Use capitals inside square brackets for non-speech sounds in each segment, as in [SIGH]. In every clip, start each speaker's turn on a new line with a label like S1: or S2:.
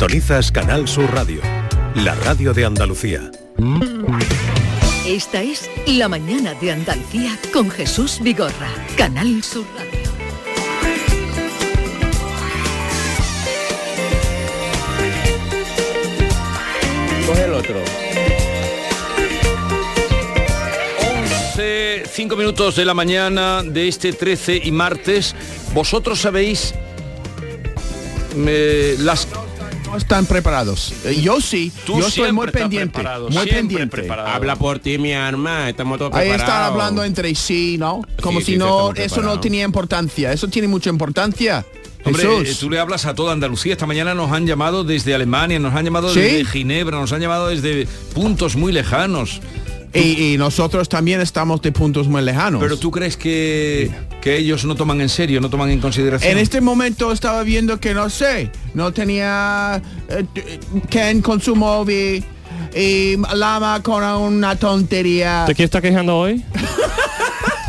S1: Sintonizas Canal Sur Radio, la radio de Andalucía.
S2: Esta es La mañana de Andalucía con Jesús Vigorra, Canal Sur Radio.
S3: Coge el otro. 11, 5 minutos de la mañana de este 13 y martes. Vosotros sabéis eh, las...
S4: No están preparados. Eh, Yo sí,
S3: Tú
S4: yo estoy
S3: siempre
S4: muy
S3: estás
S4: pendiente.
S3: preparado,
S4: Muy
S3: siempre
S4: pendiente.
S3: preparado.
S5: Habla por ti, mi arma. Estamos todos
S4: Ahí
S5: preparados.
S4: están hablando entre sí, ¿no? Como
S5: Sí,
S4: si
S5: sí,
S4: no,
S5: estamos
S4: eso no
S5: preparados.
S4: tenía importancia. Eso tiene mucha importancia.
S3: Hombre, eh,
S4: Jesús.
S3: tú le hablas a toda Andalucía. Esta mañana nos han llamado desde Alemania, nos han llamado desde
S4: ¿Sí?
S3: Ginebra, nos han llamado desde puntos muy lejanos.
S4: Y, y nosotros también estamos de puntos muy lejanos.
S3: Pero tú crees que, que ellos no toman en serio, no toman en consideración.
S4: En este momento estaba viendo que no sé, no tenía eh, t- Ken con su móvil y Lama con una tontería.
S6: ¿De qué está quejando hoy?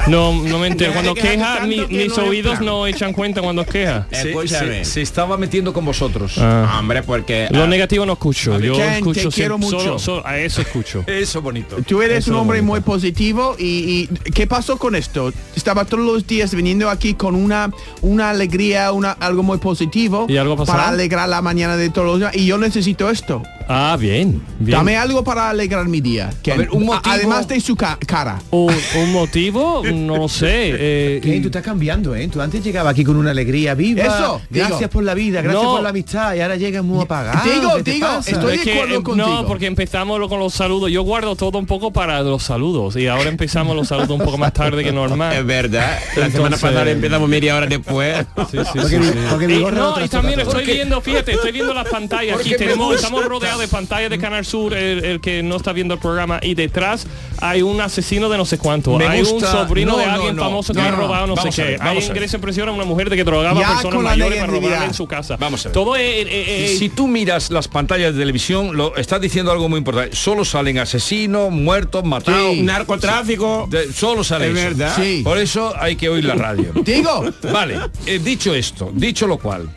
S6: No, no me entero. Cuando
S4: Deja de quejar
S6: queja, mi-
S4: tanto que
S6: mis
S4: no
S6: oídos
S4: entran.
S6: no echan cuenta cuando queja.
S3: se,
S5: Escúchame.
S3: se- se estaba metiendo con vosotros.
S6: Ah.
S5: Hombre, porque...
S6: Lo
S5: ah,
S6: negativo no escucho. Yo
S4: Ken, te
S6: escucho siempre-
S4: quiero mucho.
S6: Solo, solo- a eso escucho.
S3: Eso bonito.
S4: Tú eres
S6: Eso
S4: un
S6: es
S4: hombre
S6: bonito.
S4: muy positivo y, y ¿qué pasó con esto? Estaba todos los días viniendo aquí con una una alegría, una algo muy positivo
S6: ¿Y algo pasó?
S4: para alegrar la mañana de todos los días y yo necesito esto.
S6: Ah, bien. bien.
S4: Dame algo para alegrar mi día. Ken.
S3: ver, un
S4: A-
S3: motivo-
S4: Además de su ca- cara.
S6: Un, un motivo, no
S7: [LAUGHS]
S6: sé. eh,
S7: Ey, tú estás cambiando, ¿eh? Tú antes llegabas aquí con una alegría viva.
S4: Eso, digo.
S7: Gracias por la vida, gracias
S6: No.
S7: por la amistad. Y ahora llegas muy apagado.
S4: Digo,
S7: ¿qué te
S4: digo,
S7: pasa?
S4: estoy-
S6: es
S4: de acuerdo
S6: eh,
S4: contigo.
S6: No, porque empezamos lo- con los saludos. Yo guardo todo un poco para los saludos. Y ahora empezamos los saludos un poco más tarde que
S5: Es
S6: normal.
S5: verdad. La
S6: Entonces-
S5: semana pasada empezamos media
S6: [LAUGHS]
S5: hora después.
S7: Porque mi- porque mi
S6: Y-
S7: gorra
S6: Eh, no,
S7: otra
S6: y
S7: vez
S6: también
S7: otra vez.
S6: estoy viendo, fíjate, estoy viendo las pantallas. Aquí tenemos, estamos rodeados de pantallas de Canal Sur, el, el que no está viendo el programa, y detrás hay un asesino de no sé cuánto.
S3: Me
S6: hay un
S3: gusta-
S6: sobrino
S3: no,
S6: de
S3: no,
S6: alguien
S3: no.
S6: famoso
S3: No,
S6: que
S3: no,
S6: ha
S3: no.
S6: robado no,
S3: Vamos
S6: sé
S3: a
S6: qué.
S3: ver,
S6: Hay
S3: vamos
S6: en
S3: a ver.
S6: Grecia en prisión a una mujer de que drogaba
S4: Ya
S6: a personas
S4: con la
S6: mayores para
S4: negatividad.
S6: robarle en su casa.
S3: Vamos a ver.
S6: Todo es... eh, eh,
S3: Si tú miras las pantallas de televisión, lo estás diciendo algo muy importante. Solo salen asesinos, muertos, matados.
S4: Sí.
S5: Narcotráfico.
S3: De- solo sale
S5: Es
S3: eso.
S5: verdad.
S4: Sí.
S3: Por eso hay
S6: [LAUGHS]
S3: que oír la radio.
S4: Digo,
S3: vale, eh, dicho esto, dicho lo cual,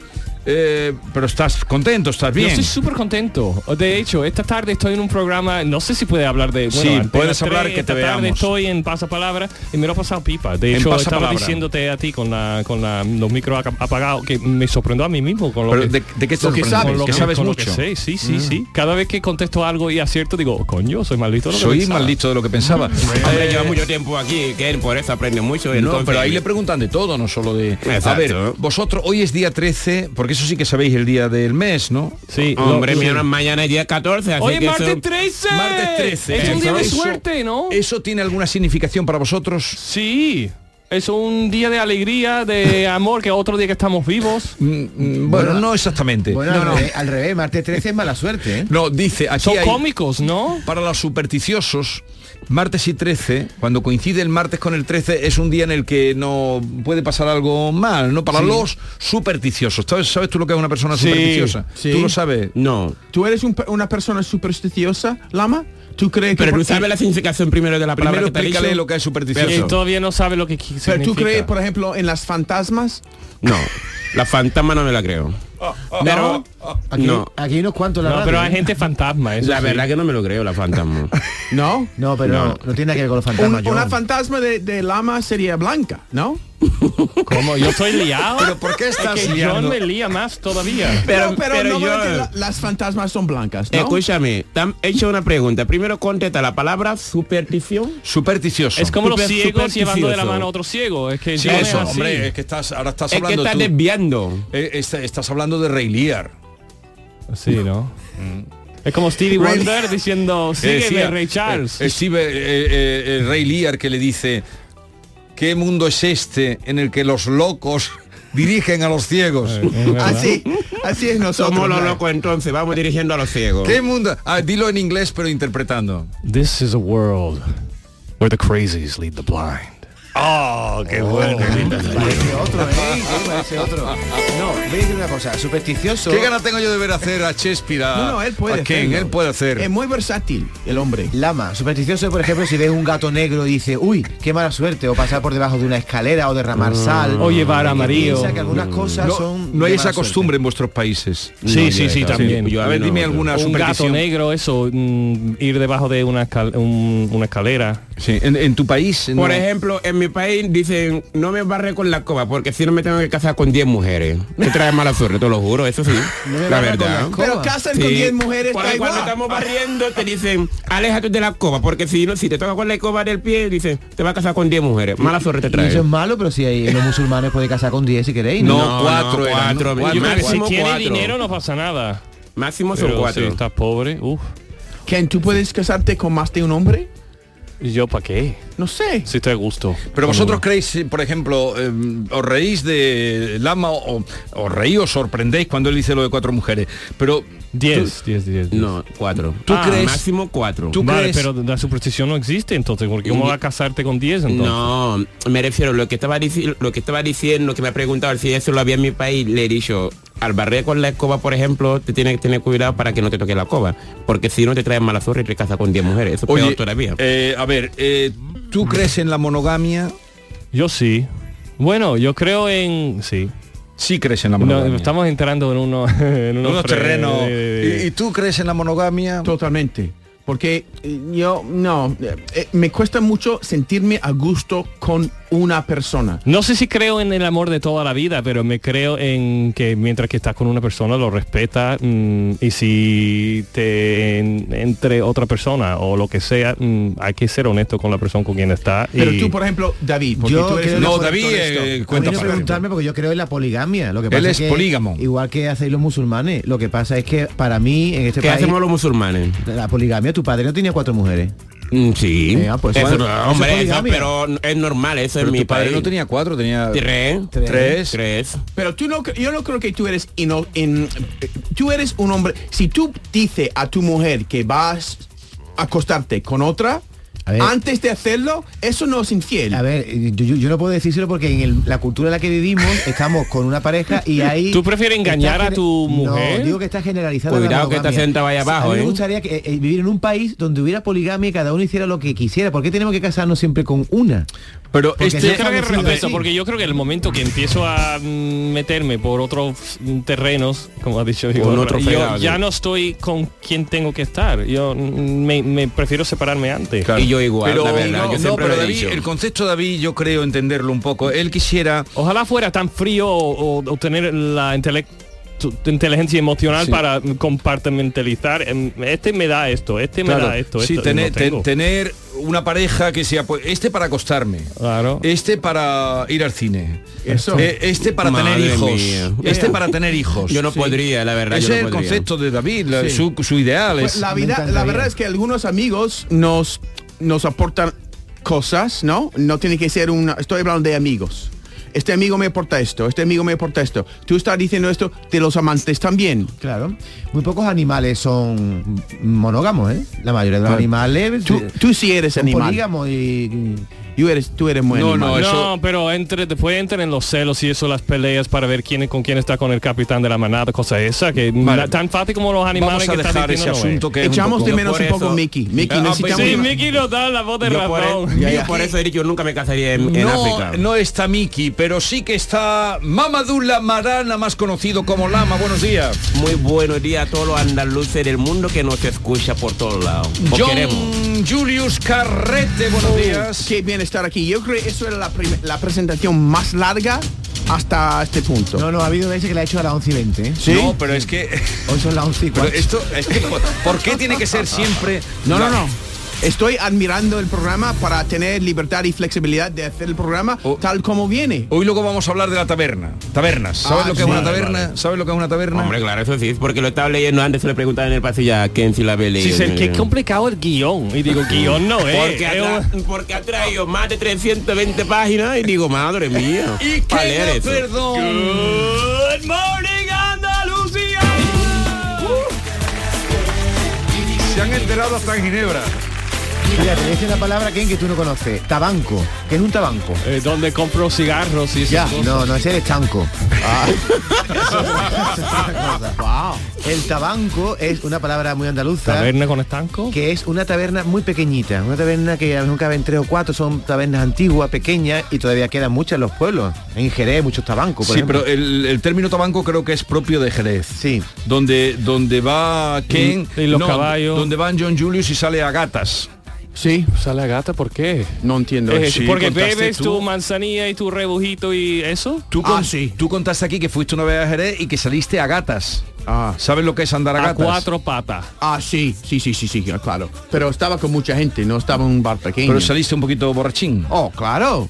S3: eh, pero estás contento, estás
S6: Yo
S3: bien.
S6: estoy súper contento. De hecho, esta tarde estoy en un programa, no sé si puede hablar de...
S3: Sí,
S6: Antena
S3: puedes hablar,
S6: 3,
S3: que
S6: esta
S3: te
S6: tarde
S3: veamos.
S6: estoy en Pasapalabra y me lo ha pasado pipa. De
S3: En
S6: hecho, estaba
S3: Pasapalabra.
S6: diciéndote a ti con, la, con la- los micros aca- apagados que me sorprendió a mí mismo con lo
S3: Pero
S6: que...
S3: de, de qué estás
S4: Lo que
S3: sorprendido?
S4: sabes,
S3: que,
S6: con lo
S3: sabes
S6: con lo
S3: mucho. Mm.
S6: sé, sí, sí, sí. Cada vez que contesto algo y acierto digo, coño, soy maldito. de lo que
S3: Soy
S6: pensaba". Mm.
S3: más listo de lo que pensaba.
S5: Hombre,
S3: Eh,
S5: lleva mucho tiempo aquí, que él por eso aprende mucho.
S3: No,
S5: entonces-
S3: pero ahí le preguntan de todo, no solo de... A
S5: Exacto.
S3: ver, vosotros, hoy es día 13, porque eso sí que sabéis el día del mes, ¿no? Ah,
S6: Sí, lo-
S5: Hombre,
S6: sí.
S5: mi hermano, mañana es día 14, así
S6: Hoy es
S5: que
S6: martes
S5: eso-
S6: 13.
S3: Martes 13.
S6: Es un día de
S3: Eso-
S6: suerte, ¿no?
S3: ¿Eso tiene alguna significación para vosotros?
S6: Sí. Es un día de alegría, de amor, que otro día que estamos vivos.
S3: Mm, Bueno, no exactamente.
S7: Bueno, eh,
S3: no,
S7: al,
S3: no.
S7: Revés, al revés, martes 13 es mala suerte, ¿eh?
S3: No, dice, aquí
S6: Son
S3: hay-
S6: cómicos, ¿no?
S3: para los supersticiosos, martes y 13, cuando coincide el martes con el 13, es un día en el que no puede pasar algo mal, ¿no? Para los supersticiosos. ¿Sabes, ¿Sabes tú lo que es una persona
S6: Sí,
S3: supersticiosa?
S4: sí.
S3: Tú lo sabes.
S5: No.
S4: ¿tú eres un pe- una persona supersticiosa, Lama? ¿Tú crees que
S5: Pero
S4: por-
S5: tú sabes la significación primero de la palabra que
S3: Primero
S5: te he dicho?
S3: explícale lo que es
S6: Y
S3: supersticioso.
S6: todavía no sabe lo que qui- significa.
S4: pero tú crees, por ejemplo, en las fantasmas?
S5: No, la fantasma no me la creo.
S6: Oh,
S5: Pero
S7: Aquí,
S5: no.
S7: aquí hay unos cuantos en la
S6: No,
S7: radio,
S6: pero hay
S7: ¿eh?
S6: gente fantasma, eso
S5: La
S6: sí.
S5: verdad que no me lo creo, la fantasma.
S4: ¿No?
S7: No, pero
S5: No.
S7: no, tiene nada que ver con los
S4: Un-
S7: fantasmas.
S4: una
S7: John.
S4: fantasma de, de Lama sería blanca,
S5: [LAUGHS]
S4: ¿no?
S6: Como yo estoy
S4: [LAUGHS]
S6: liado.
S3: Pero ¿por qué
S6: Es
S3: estás
S6: que John
S3: liando?
S6: me lía más todavía.
S5: Pero-
S4: No, pero,
S5: pero
S4: no,
S5: yo-
S4: porque la- las fantasmas son blancas, ¿no?
S5: Eh, Escúchame, te han hecho una pregunta. Primero contesta la palabra superstición.
S3: Supersticioso.
S6: Es como los
S5: Súper-
S6: ciegos llevando de la
S5: supersticioso.
S6: mano a otro ciego. Es que
S3: Sí,
S6: John
S3: eso,
S6: es así.
S3: hombre, es que estás, ahora estás
S5: Es que
S3: hablando
S5: estás
S3: tú-
S5: desviando.
S3: eh, está- estás hablando de Rey Lear.
S6: Sí, [LAUGHS] ¿no?
S3: Mm.
S6: Es como Stevie Wonder diciendo,
S3: Eh,
S6: sígueme,
S3: decía,
S6: Ray Charles.
S3: eh, eh, Steve, eh, eh, eh, Ray Lear que le dice, ¿qué mundo es este en el que los locos [LAUGHS] dirigen a los ciegos? [LAUGHS]
S4: Así, así es nosotros.
S5: Somos los
S4: ¿no?
S5: locos entonces, vamos dirigiendo a los ciegos.
S3: ¿Qué mundo? Ah, dilo en inglés pero interpretando.
S6: This is a world where the crazies lead the blind.
S1: ¡Oh, qué bueno!
S7: Ese otro, ¿eh? Qué iba ese otro. No, voy a decir una cosa, supersticioso.
S3: ¿Qué ganas tengo yo de ver hacer a Shakespeare? a-
S7: Ah,
S4: No, no, él puede
S3: a Ken?
S4: hacerlo.
S3: Él puede hacer.
S4: Es muy versátil el hombre.
S7: Lama, supersticioso, por ejemplo, si ves un gato negro y dice, uy, qué mala suerte, o pasar por debajo de una escalera o
S3: Ah.
S7: derramar sal.
S6: O llevar
S7: Porque
S6: amarillo.
S7: piensa que algunas cosas
S3: no,
S7: son
S3: no hay
S7: de
S3: esa
S7: mala
S3: costumbre en vuestros países.
S6: Sí,
S5: No,
S6: sí,
S5: yo-
S6: sí,
S5: yo-
S6: también.
S5: yo-
S3: A ver,
S5: no,
S3: dime
S5: yo-
S3: alguna
S6: un gato
S3: superstición.
S6: negro, eso, mm, ir debajo de una, escal- un- una escalera.
S3: Sí, en, en tu país.
S5: Por
S3: no.
S5: ejemplo, en mi país dicen, no me barre con la escoba, porque si no me tengo que casar con 10 mujeres. Te trae mala suerte, te lo juro, eso sí.
S7: No me
S5: la
S7: barre con la
S5: verdad.
S7: escoba.
S4: Pero
S7: ¿Cómo?
S4: casan
S5: Sí.
S4: con 10 mujeres,
S5: Porque
S4: da
S5: cuando
S4: igual.
S5: estamos barriendo te dicen, aléjate de la escoba, porque si no, si te toca con la escoba del pie, dicen, te vas a casar con 10 mujeres. Mala suerte te
S7: suerte. Y eso
S5: trae.
S7: es malo, pero si hay, los musulmanes puede casar con 10 si queréis.
S3: No, cuatro
S5: no,
S3: eran,
S5: cuatro,
S3: ¿no?
S6: Yo creo que si
S5: máximo
S6: tiene
S5: cuatro.
S6: dinero no pasa nada.
S5: Máximo son
S6: Pero si
S5: cuatro.
S6: estás pobre, uff.
S4: Ken, ¿tú puedes casarte con más de un hombre?
S6: ¿Yo para qué?
S4: No sé.
S6: Si te gusto.
S3: Pero vosotros creéis, eh, por ejemplo, eh, os reís de Lama o os reís o sorprendéis cuando él dice lo de cuatro mujeres. Pero
S6: 10, 10, 10.
S5: No, cuatro.
S3: ¿Tú
S5: Ah,
S3: crees-
S5: Máximo cuatro.
S3: tú
S6: Vale,
S3: crees-
S6: pero la superstición no existe entonces, porque ¿cómo vas a casarte con 10 entonces?
S5: No, me refiero lo que estaba dici- lo que estaba diciendo, que me ha preguntado si eso lo había en mi país, le he dicho, al barrer con la escoba, por ejemplo, te tienes que tener cuidado para que no te toque la escoba, porque si no te traen mala zorra y te casas con 10 mujeres, eso es
S3: oye,
S5: peor todavía.
S3: eh, a ver, eh, ¿tú crees en la monogamia?
S6: Yo sí. Bueno, yo creo en... Sí.
S3: Sí crees en la
S6: No,
S3: monogamia.
S6: estamos entrando en, uno, [LAUGHS] en
S3: En
S6: unos,
S3: unos
S6: pre-
S3: terrenos.
S6: de-
S3: ¿Y, y tú crees en la monogamia?
S4: Totalmente. Porque eh, yo, no, eh, eh, me cuesta mucho sentirme a gusto con una persona.
S6: No sé si creo en el amor de toda la vida, pero me creo en que mientras que estás con una persona lo respeta mm, y si te en- entre otra persona o lo que sea, mm, hay que ser honesto con la persona con quien está.
S4: Pero
S6: y-
S4: tú, por ejemplo, David, porque
S7: Yo
S4: tú eres
S7: creo-
S4: el
S3: No,
S4: mejor en
S3: David,
S4: todo esto.
S3: eh,
S7: A mí
S3: cuenta
S7: no
S3: para
S7: preguntarme porque yo creo en la poligamia. Lo que
S3: Él
S7: pasa
S3: es
S7: que,
S3: polígamo.
S7: Igual que hacéis los musulmanes. Lo que pasa es que para mí en este
S5: ¿Qué
S7: país
S5: hacemos los musulmanes?
S7: la poligamia, tu padre no tenía cuatro mujeres.
S5: Mm, sí,
S7: Eh, ah, pues
S5: Eso
S7: bueno,
S5: no,
S7: eso es
S5: hombre, eso,
S7: poligamia.
S5: pero es normal, eso
S3: pero
S5: en mi
S3: tu padre
S5: país.
S3: no tenía cuatro, tenía
S5: tres,
S7: Tres.
S3: tres.
S5: tres.
S4: Pero tú no, cre- yo no creo que tú eres ino- en- tú eres un hombre. Si tú dices a tu mujer que vas a acostarte con otra,
S7: A ver.
S4: antes de hacerlo, eso no es infiel.
S7: A ver, eh, yo, yo- yo no puedo decírselo porque en el- la cultura en la que vivimos estamos con una pareja y ahí...
S6: ¿Tú prefieres
S7: está
S6: engañar a
S7: gener-
S6: tu mujer?
S7: No, digo que está generalizada
S5: Cuidado
S7: la
S5: que esta
S7: monogamia.
S5: gente vaya abajo,
S7: A mí me
S5: ¿eh?
S7: gustaría que, eh, eh, vivir en un país donde hubiera poligamia y cada uno hiciera lo que quisiera. ¿Por qué tenemos que casarnos siempre con una?
S3: Pero
S7: Porque
S3: este,
S7: si
S6: Yo creo que es
S7: establecido
S6: respeto,
S7: así.
S6: porque yo creo que el momento que empiezo a mm, meterme por otros mm, terrenos, como ha dicho Igor,
S5: otro
S6: yo
S5: fregado.
S6: ya no estoy con quien tengo que estar. Yo mm, me, me prefiero separarme antes.
S5: Y yo igual,
S3: pero,
S5: la verdad,
S3: no,
S5: yo siempre
S3: pero
S5: lo he
S3: David,
S5: dicho.
S3: el concepto de David yo creo entenderlo un poco. Él quisiera
S6: Ojalá fuera tan frío o, o- o tener la intele- tu- tu inteligencia emocional
S3: Sí.
S6: para compartimentalizar. em, Este me da esto, este me
S3: claro,
S6: da esto.
S3: sí,
S6: esto, y
S3: tener,
S6: no
S3: te-
S6: tengo.
S3: tener una pareja que sea pues, este para acostarme,
S6: Claro.
S3: este para ir al cine,
S4: Eso.
S3: eh, este para
S5: Madre
S3: tener hijos,
S5: mía.
S3: este para tener hijos.
S5: Yo no
S3: Sí.
S5: podría, la verdad.
S3: Ese
S5: yo no
S3: es el
S5: podría.
S3: concepto de David, la-
S4: Sí.
S3: su, su ideal
S4: Pues
S3: es
S4: la,
S7: me
S4: vida, la
S7: encantaría.
S4: verdad es que algunos amigos nos, nos aportan cosas, ¿no? No tiene que ser una... Estoy hablando de amigos. Este amigo me aporta esto, este amigo me aporta esto. Tú estás diciendo esto de los amantes también.
S7: Claro. Muy pocos animales son monógamos, ¿eh? La mayoría de los
S4: Claro.
S7: animales...
S4: Tú,
S7: eh,
S4: tú sí eres
S7: son
S4: animal.
S7: polígamos y...
S4: Tú eres, tú eres muy
S3: No,
S4: animal.
S3: no, eso-
S6: No, pero entre, después entran en los celos y eso, las peleas para ver quién con quién está con el capitán de la manada, cosa esa, que na- tan fácil como los animales
S3: vamos a
S6: que están
S3: dejar ese
S6: diciendo no es.
S3: asunto que es un
S4: Echamos
S3: poco-
S4: de menos
S5: por
S4: un poco
S5: eso-
S4: Mickey. Mickey,
S3: Ah, pues
S4: necesitamos...
S6: Sí,
S3: Estamos-
S6: Mickey nos da la voz de
S5: Yo por, e-
S6: razón.
S5: yo
S4: ya.
S5: por eso he dicho, yo nunca me casaría en, en África.
S3: No, no está Miki, pero sí que está Mamadula Marana, más conocido como Lama. Buenos días.
S5: Muy buenos días a todos los andaluces del mundo que nos escucha por todos lados. Os
S3: John
S5: queremos.
S3: Julius Carrete, buenos días.
S4: Oh, Qué bien estar aquí. Yo creo que eso era la, prim- la presentación más larga hasta este punto.
S7: No, no, ha habido veces que la he hecho a las 11 y 20. ¿eh?
S4: ¿Sí?
S3: No, pero es que...
S7: Hoy son las 11 y
S3: Pero
S7: 4.
S3: esto, es que, ¿por- ¿por qué tiene que ser siempre?
S4: No, no,
S3: la-
S4: no. Estoy admirando el programa para tener libertad y flexibilidad de hacer el programa
S3: Oh.
S4: tal como viene.
S3: Hoy luego vamos a hablar de la taberna. Tabernas. ¿Sabes
S4: Ah,
S3: lo que
S4: sí,
S3: es una
S4: vale,
S3: taberna? ¿Sabes lo que es una taberna?
S5: Hombre, claro, eso sí, porque lo estaba leyendo antes, se le preguntaba en el pasillo a Ken si la había leído.
S6: Dice, qué complicado el guión. Y digo, guión no
S3: eh,
S6: es.
S5: porque,
S6: es
S5: ha
S6: un-
S5: tra- porque ha traído más de 320 páginas y digo, madre mía.
S3: [LAUGHS] y
S5: pa' leer
S3: que no,
S5: eso.
S3: perdón.
S6: Good morning, Andalucía.
S3: Se han enterado hasta en Ginebra.
S7: Mira, te voy a decir una palabra, Ken, que tú no conoces. Tabanco. ¿Qué es un tabanco?
S6: Eh, donde compro cigarros y esas
S7: Ya,
S6: cosas.
S7: no, no es el estanco.
S4: Ah.
S7: Eso es otra cosa. [LAUGHS] El tabanco es una palabra muy andaluza.
S6: Taberna con estanco.
S7: que es una taberna muy pequeñita, una taberna que a lo mejor caben tres o cuatro, son tabernas antiguas, pequeñas y todavía quedan muchas en los pueblos. En Jerez hay muchos tabancos, por
S3: Sí,
S7: ejemplo.
S3: pero el, el término tabanco creo que es propio de Jerez.
S7: Sí.
S3: Donde, donde va Ken...
S6: Y- y los caballos.
S3: Donde van John Julius y sale a gatas.
S4: Sí,
S6: Sale a gata, ¿por qué?
S4: no entiendo.
S6: Es-
S3: sí,
S6: porque
S3: contaste
S6: bebes
S3: tú.
S6: tu manzanilla y tu rebujito y eso.
S3: Tú,
S4: Ah,
S3: con-
S4: sí.
S3: tú contaste aquí que fuiste una vez a Jerez y que saliste a gatas.
S4: Ah.
S3: ¿Sabes lo que es andar a,
S6: A
S3: gatas?
S6: cuatro patas.
S4: Ah, sí, sí, sí, sí, sí, claro. Pero estaba con mucha gente, no estaba en un bar pequeño.
S3: Pero saliste un poquito borrachín.
S4: Oh, claro.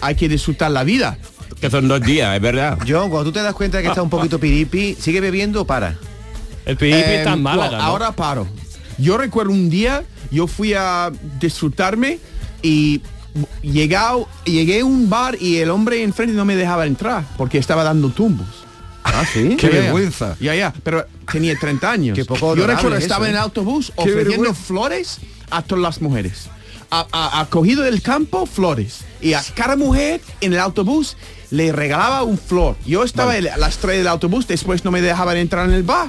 S4: Hay que disfrutar la vida.
S5: Que son dos días, es verdad.
S7: John, cuando tú te das cuenta
S3: Ah,
S7: que está un poquito piripi, ¿sigue bebiendo o para?
S6: El pipi
S4: Eh,
S6: está en Málaga.
S4: no,
S6: ¿no?
S4: Ahora paro. Yo recuerdo un día, yo fui a disfrutarme y llegado, llegué a un bar y el hombre enfrente no me dejaba entrar porque estaba dando tumbos.
S7: Ah, sí.
S3: Qué
S4: Ya, ya.
S3: vergüenza.
S4: Ya, ya, pero tenía 30 años.
S7: Qué poco
S4: Yo
S7: honorable
S4: recuerdo,
S7: es eso,
S4: estaba
S7: ¿eh?
S4: en autobús
S3: Qué
S4: ofreciendo
S3: vergüenza.
S4: flores a todas las mujeres. Ha, ha- ha cogido del campo flores. Y a cada mujer en el autobús le regalaba un flor. Yo estaba a las 3 del autobús, después no me dejaban entrar en el bar.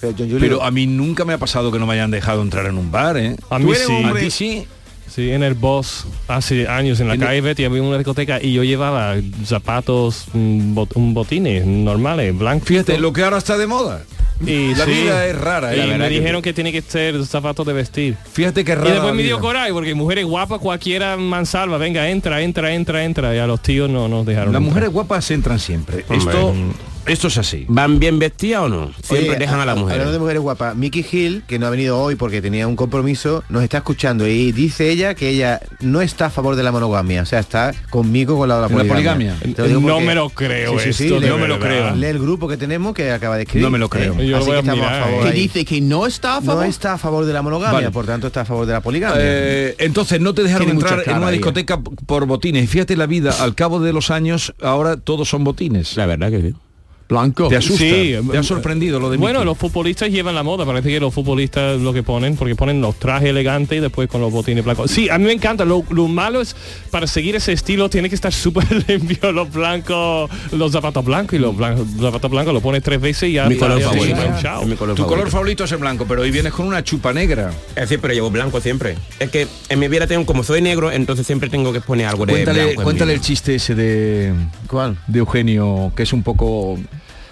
S7: Pero John Julio,
S3: Pero ah, a mí nunca me ha pasado que no me hayan dejado entrar en un bar, ¿eh?
S6: A
S4: tú
S6: mí
S4: eres
S6: sí.
S4: hombre.
S3: A ti sí.
S6: Sí, en el boss hace años en la
S3: En el-
S6: calle Betty había una discoteca y yo llevaba zapatos, mm, bot- un botines normales, blancos.
S3: Fíjate, lo que ahora está de moda.
S6: y
S3: la
S6: sí.
S3: vida es rara, ¿eh? La
S6: Y
S3: verdad
S6: me
S3: que-
S6: dijeron que tiene que ser zapatos de vestir.
S3: Fíjate que rara.
S6: Y después
S3: la
S6: me dio
S3: vida.
S6: coraje porque mujeres guapas cualquiera mansalva, venga, entra, entra, entra, entra. Y a los tíos no nos dejaron.
S3: Las
S6: entrar.
S3: mujeres guapas entran siempre. Esto, esto es así.
S5: ¿Van bien vestidas o no? Siempre
S7: oye,
S5: dejan a la
S7: Hablando de
S5: mujer.
S7: mujeres guapas, Mickey Hill, que no ha venido hoy porque tenía un compromiso, nos está escuchando y dice ella que ella no está a favor de la monogamia, o sea, está conmigo con la, de la
S3: ¿En la
S7: poligamia.
S3: poligamia?
S7: Te lo digo
S6: No
S7: porque-
S6: me lo creo esto,
S7: lee-
S6: no me lo creo.
S7: Lee el grupo que tenemos que acaba de escribir.
S3: No me lo creo.
S7: ¿eh?
S6: Yo lo
S7: Así
S6: voy
S7: que
S6: a
S7: estamos
S6: mirar,
S7: a favor
S6: ¿eh?
S4: Que
S7: ahí.
S4: dice que no está a favor.
S7: No está a favor de la monogamia,
S3: Vale.
S7: por tanto está a favor de la poligamia.
S3: Eh, entonces no te dejaron
S4: Tiene mucha
S3: entrar en
S4: cara
S3: una
S4: ahí, eh.
S3: discoteca p- por botines. Y fíjate la vida, al cabo de los años, ahora todos son botines.
S5: La verdad que sí.
S4: Blanco.
S3: Te asusta,
S6: Sí,
S3: te ha sorprendido lo de
S6: Bueno,
S3: Mickey.
S6: los futbolistas llevan la moda, parece que los futbolistas lo que ponen, porque ponen los trajes elegantes y después con los botines blancos. Sí, a mí me encanta, lo, lo malo es, para seguir ese estilo tiene que estar súper [LAUGHS] limpio los blancos, los zapatos blancos y los blancos, los zapatos blancos lo pones tres veces y ya...
S5: Mi
S6: ya-
S5: color
S6: ya-
S5: favorito.
S6: ya- chao.
S5: Es mi color
S3: Tu color
S5: favorito.
S3: favorito es el blanco, pero hoy vienes con una chupa negra.
S5: Es decir, pero llevo blanco siempre. Es que en mi vida tengo, como soy negro, entonces siempre tengo que poner algo de
S3: Cuéntale,
S5: blanco en
S3: cuéntale
S5: mí.
S3: el chiste ese de,
S7: ¿Cuál?
S3: de Eugenio, que es un poco...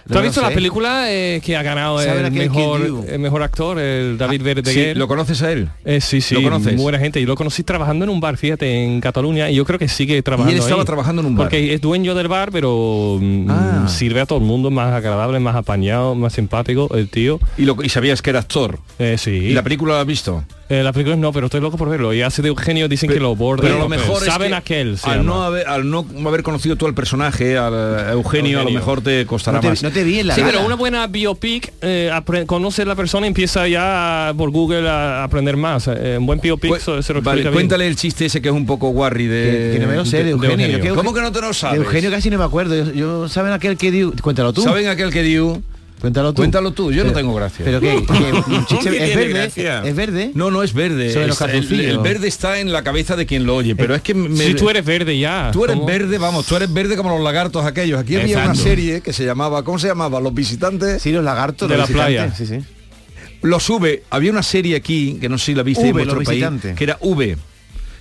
S6: ¿Tú
S7: No
S6: has visto
S7: lo
S6: la
S7: sé.
S6: película eh, que ha ganado
S7: ¿Saben
S6: el
S7: aquel que digo?
S6: mejor, el mejor actor, el David
S3: Ah, Sí,
S6: Verdaguer?
S3: ¿Lo conoces a él?
S6: Eh, sí, sí,
S3: ¿Lo conoces?
S6: muy buena gente. Y lo conocí trabajando en un bar, fíjate, en Cataluña, y yo creo que sigue trabajando.
S3: Y él estaba
S6: ahí.
S3: trabajando en un bar.
S6: Porque es dueño del bar, pero mm,
S3: Ah.
S6: sirve a todo el mundo, más agradable, más apañado, más simpático, el tío.
S3: Y, lo, y sabías que era actor.
S6: Eh, sí.
S3: ¿Y la película la has visto?
S6: Eh, la película no, pero estoy loco por verlo. Y hace de Eugenio, dicen que lo borda.
S3: Pero lo mejor es
S6: Saben
S3: que
S6: aquel, se
S3: al,
S6: llama.
S3: no haber, al no haber conocido tú al personaje, al eh, Eugenio, a lo
S6: Eugenio.
S3: mejor te costará
S7: No te,
S3: más.
S7: no te vi en la
S6: Sí,
S7: gala.
S6: pero una buena biopic, eh, apre- conoce la persona y empieza ya por Google a aprender más. Eh, un buen biopic
S3: Cu-
S6: se, se lo
S3: Pues, vale,
S6: explica bien.
S3: cuéntale el chiste ese que es un poco warry eh, de...
S7: Que, que no me lo sé, de
S6: de
S7: Eugenio.
S6: Eugenio.
S7: Yo que
S3: ¿Cómo que no te lo sabes?
S7: De Eugenio casi no me acuerdo. Yo, yo- ¿Saben aquel que digo? Cuéntalo tú.
S3: ¿Saben aquel que dio?
S7: Cuéntalo tú.
S3: Cuéntalo tú, yo no tengo gracia.
S7: Pero que,
S3: [LAUGHS]
S7: que un chiste-
S5: ¿Qué
S7: es
S5: tiene
S7: verde.
S5: gracia?
S7: Es verde.
S3: No, no es verde.
S7: Sobre
S3: Es-
S7: los
S3: el- el,
S7: calzoncillos. Eh,
S3: verde está en la cabeza de quien lo oye, pero es que me-
S6: si tú eres verde ya.
S3: tú eres
S6: ¿cómo?
S3: verde, vamos, tú eres verde como los lagartos aquellos. Aquí había una
S5: Exacto.
S3: serie que se llamaba, ¿cómo se llamaba? Los visitantes.
S7: Sí, los lagartos.
S6: De
S7: los
S6: la
S7: visitantes.
S6: playa.
S7: Sí, sí.
S3: Los V, había una serie aquí, que no sé si la viste
S7: V,
S3: en vuestro
S7: los
S3: país,
S7: visitantes.
S3: que era V,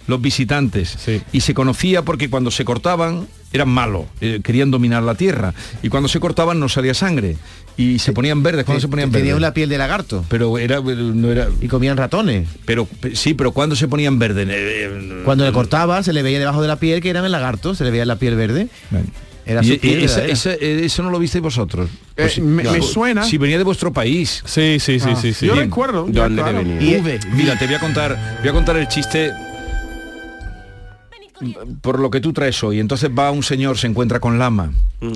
S3: los visitantes.
S6: Sí.
S3: Y se conocía porque cuando se cortaban eran malos, eh, querían dominar la tierra. Y cuando se cortaban no salía sangre. Y se ponían verdes, cuando se ponían
S7: Tenía
S3: verdes.
S7: una piel de lagarto.
S3: Pero era, no era.
S7: Y comían ratones.
S3: Pero pe- sí, pero cuando se ponían verdes. Eh, eh,
S7: Cuando le cortaba, se le veía debajo de la piel que eran el lagarto. Se le veía la piel verde. Era
S3: Y-
S7: su
S3: y
S7: piel.
S3: esa-
S7: verdadera.
S3: esa- eh, eso no lo visteis vosotros. Pues
S4: Eh, me, me suena.
S3: Si venía de vuestro país. Ah.
S6: Sí, sí, sí, sí, sí.
S4: yo
S6: Bien.
S4: recuerdo. ya,
S5: ¿Dónde te
S4: claro.
S5: venía?
S7: Y-
S4: V.
S3: e- Mira, te voy a contar, voy a contar el chiste por lo que tú traes hoy. Entonces va un señor, se encuentra con lama. [LAUGHS]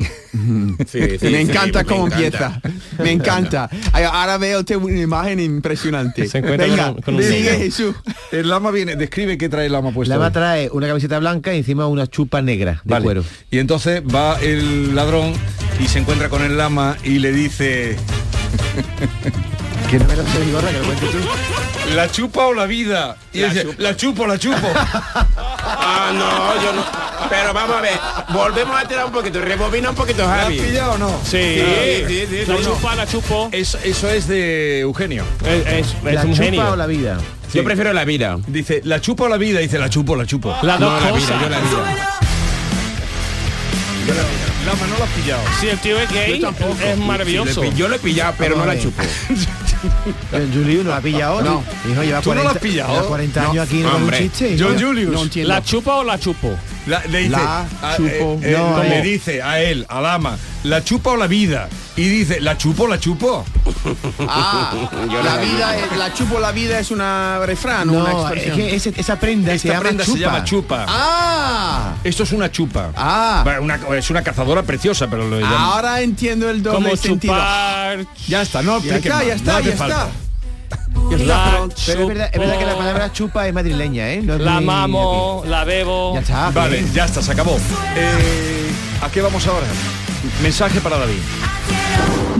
S5: Sí, sí, sí,
S4: me encanta
S5: me
S4: cómo
S5: encanta.
S4: empieza. Me encanta. Ay, Ahora veo te- una imagen impresionante.
S6: Se encuentra
S4: Venga,
S6: con un- con un
S4: sigue
S7: [LAUGHS]
S6: negro.
S4: Jesús.
S3: El lama viene, describe qué trae el lama puesto.
S7: La
S3: hoy.
S7: va trae una camiseta blanca y encima una chupa negra de
S3: Vale.
S7: cuero.
S3: Y entonces va el ladrón y se encuentra con el
S7: [LAUGHS]
S3: lama y le dice,
S7: Que no me lo sé, Vigorra, que lo cuentes tú.
S3: La chupa o la vida. Y
S5: La
S3: dice,
S5: chupa.
S3: la chupo, la chupo.
S7: [LAUGHS]
S5: Ah, no, yo no. Pero vamos a ver, volvemos a tirar un poquito, rebobina un poquito,
S3: ¿La has
S5: Javi.
S3: pillado o no?
S6: Sí,
S5: Sí, sí, sí,
S6: la
S5: sí.
S6: chupa, la chupo. Es,
S3: Eso, eso es de Eugenio.
S6: es- es
S7: la
S6: un
S7: chupa
S6: genio.
S7: o la vida.
S5: Yo prefiero la vida.
S3: Dice, la chupa o la vida. Dice, la chupo, la chupo.
S6: Las dos
S5: la
S6: cosas.
S5: vida, yo la vida.
S3: Lama, no la has pillado.
S6: Si el tío es gay, es maravilloso.
S5: Yo lo he pillado, pero
S3: Ah,
S5: no la
S7: Vale.
S5: chupo.
S7: El Julius lo ha pillado.
S4: No.
S7: Hijo, lleva
S3: ¿Tú no lo
S7: 40,
S3: has pillado? Ah,
S7: lleva 40 años aquí no con un
S5: Hombre.
S7: chiste.
S3: John
S7: hijo.
S3: Julius.
S4: No entiendo.
S6: ¿La chupa o la chupo?
S3: La- le dice,
S4: La
S3: a-
S4: chupo.
S3: eh, eh,
S7: No,
S3: le
S7: no.
S3: dice a él, a Lama, la chupa o la vida. Y dice, la chupo, la chupo.
S4: [LAUGHS] Ah, la vida, es- la chupo la vida es una refrán, no, una
S7: No, es
S4: expresión.
S7: que ese- esa prenda se
S3: Esta
S7: llama
S3: prenda
S7: chupa.
S3: se llama chupa.
S4: Ah,
S3: Esto es una chupa.
S4: Ah.
S3: Bueno, una- es una cazadora preciosa, pero lo llaman-
S4: ahora entiendo el doble
S6: Como
S4: sentido.
S6: chupar.
S3: Ya está, no
S4: Ya
S3: expliques
S4: está, ya
S3: más, no
S4: está,
S3: hace
S4: ya
S3: falta.
S4: está.
S6: La
S7: Pero es verdad, es verdad que la
S6: chupo,
S7: palabra chupa es madrileña, ¿eh? No es
S6: La
S7: muy-
S6: mamo, la bebo.
S7: Ya está.
S3: Vale, ya está, se acabó. Eh, ¿A qué vamos ahora? Mensaje para David.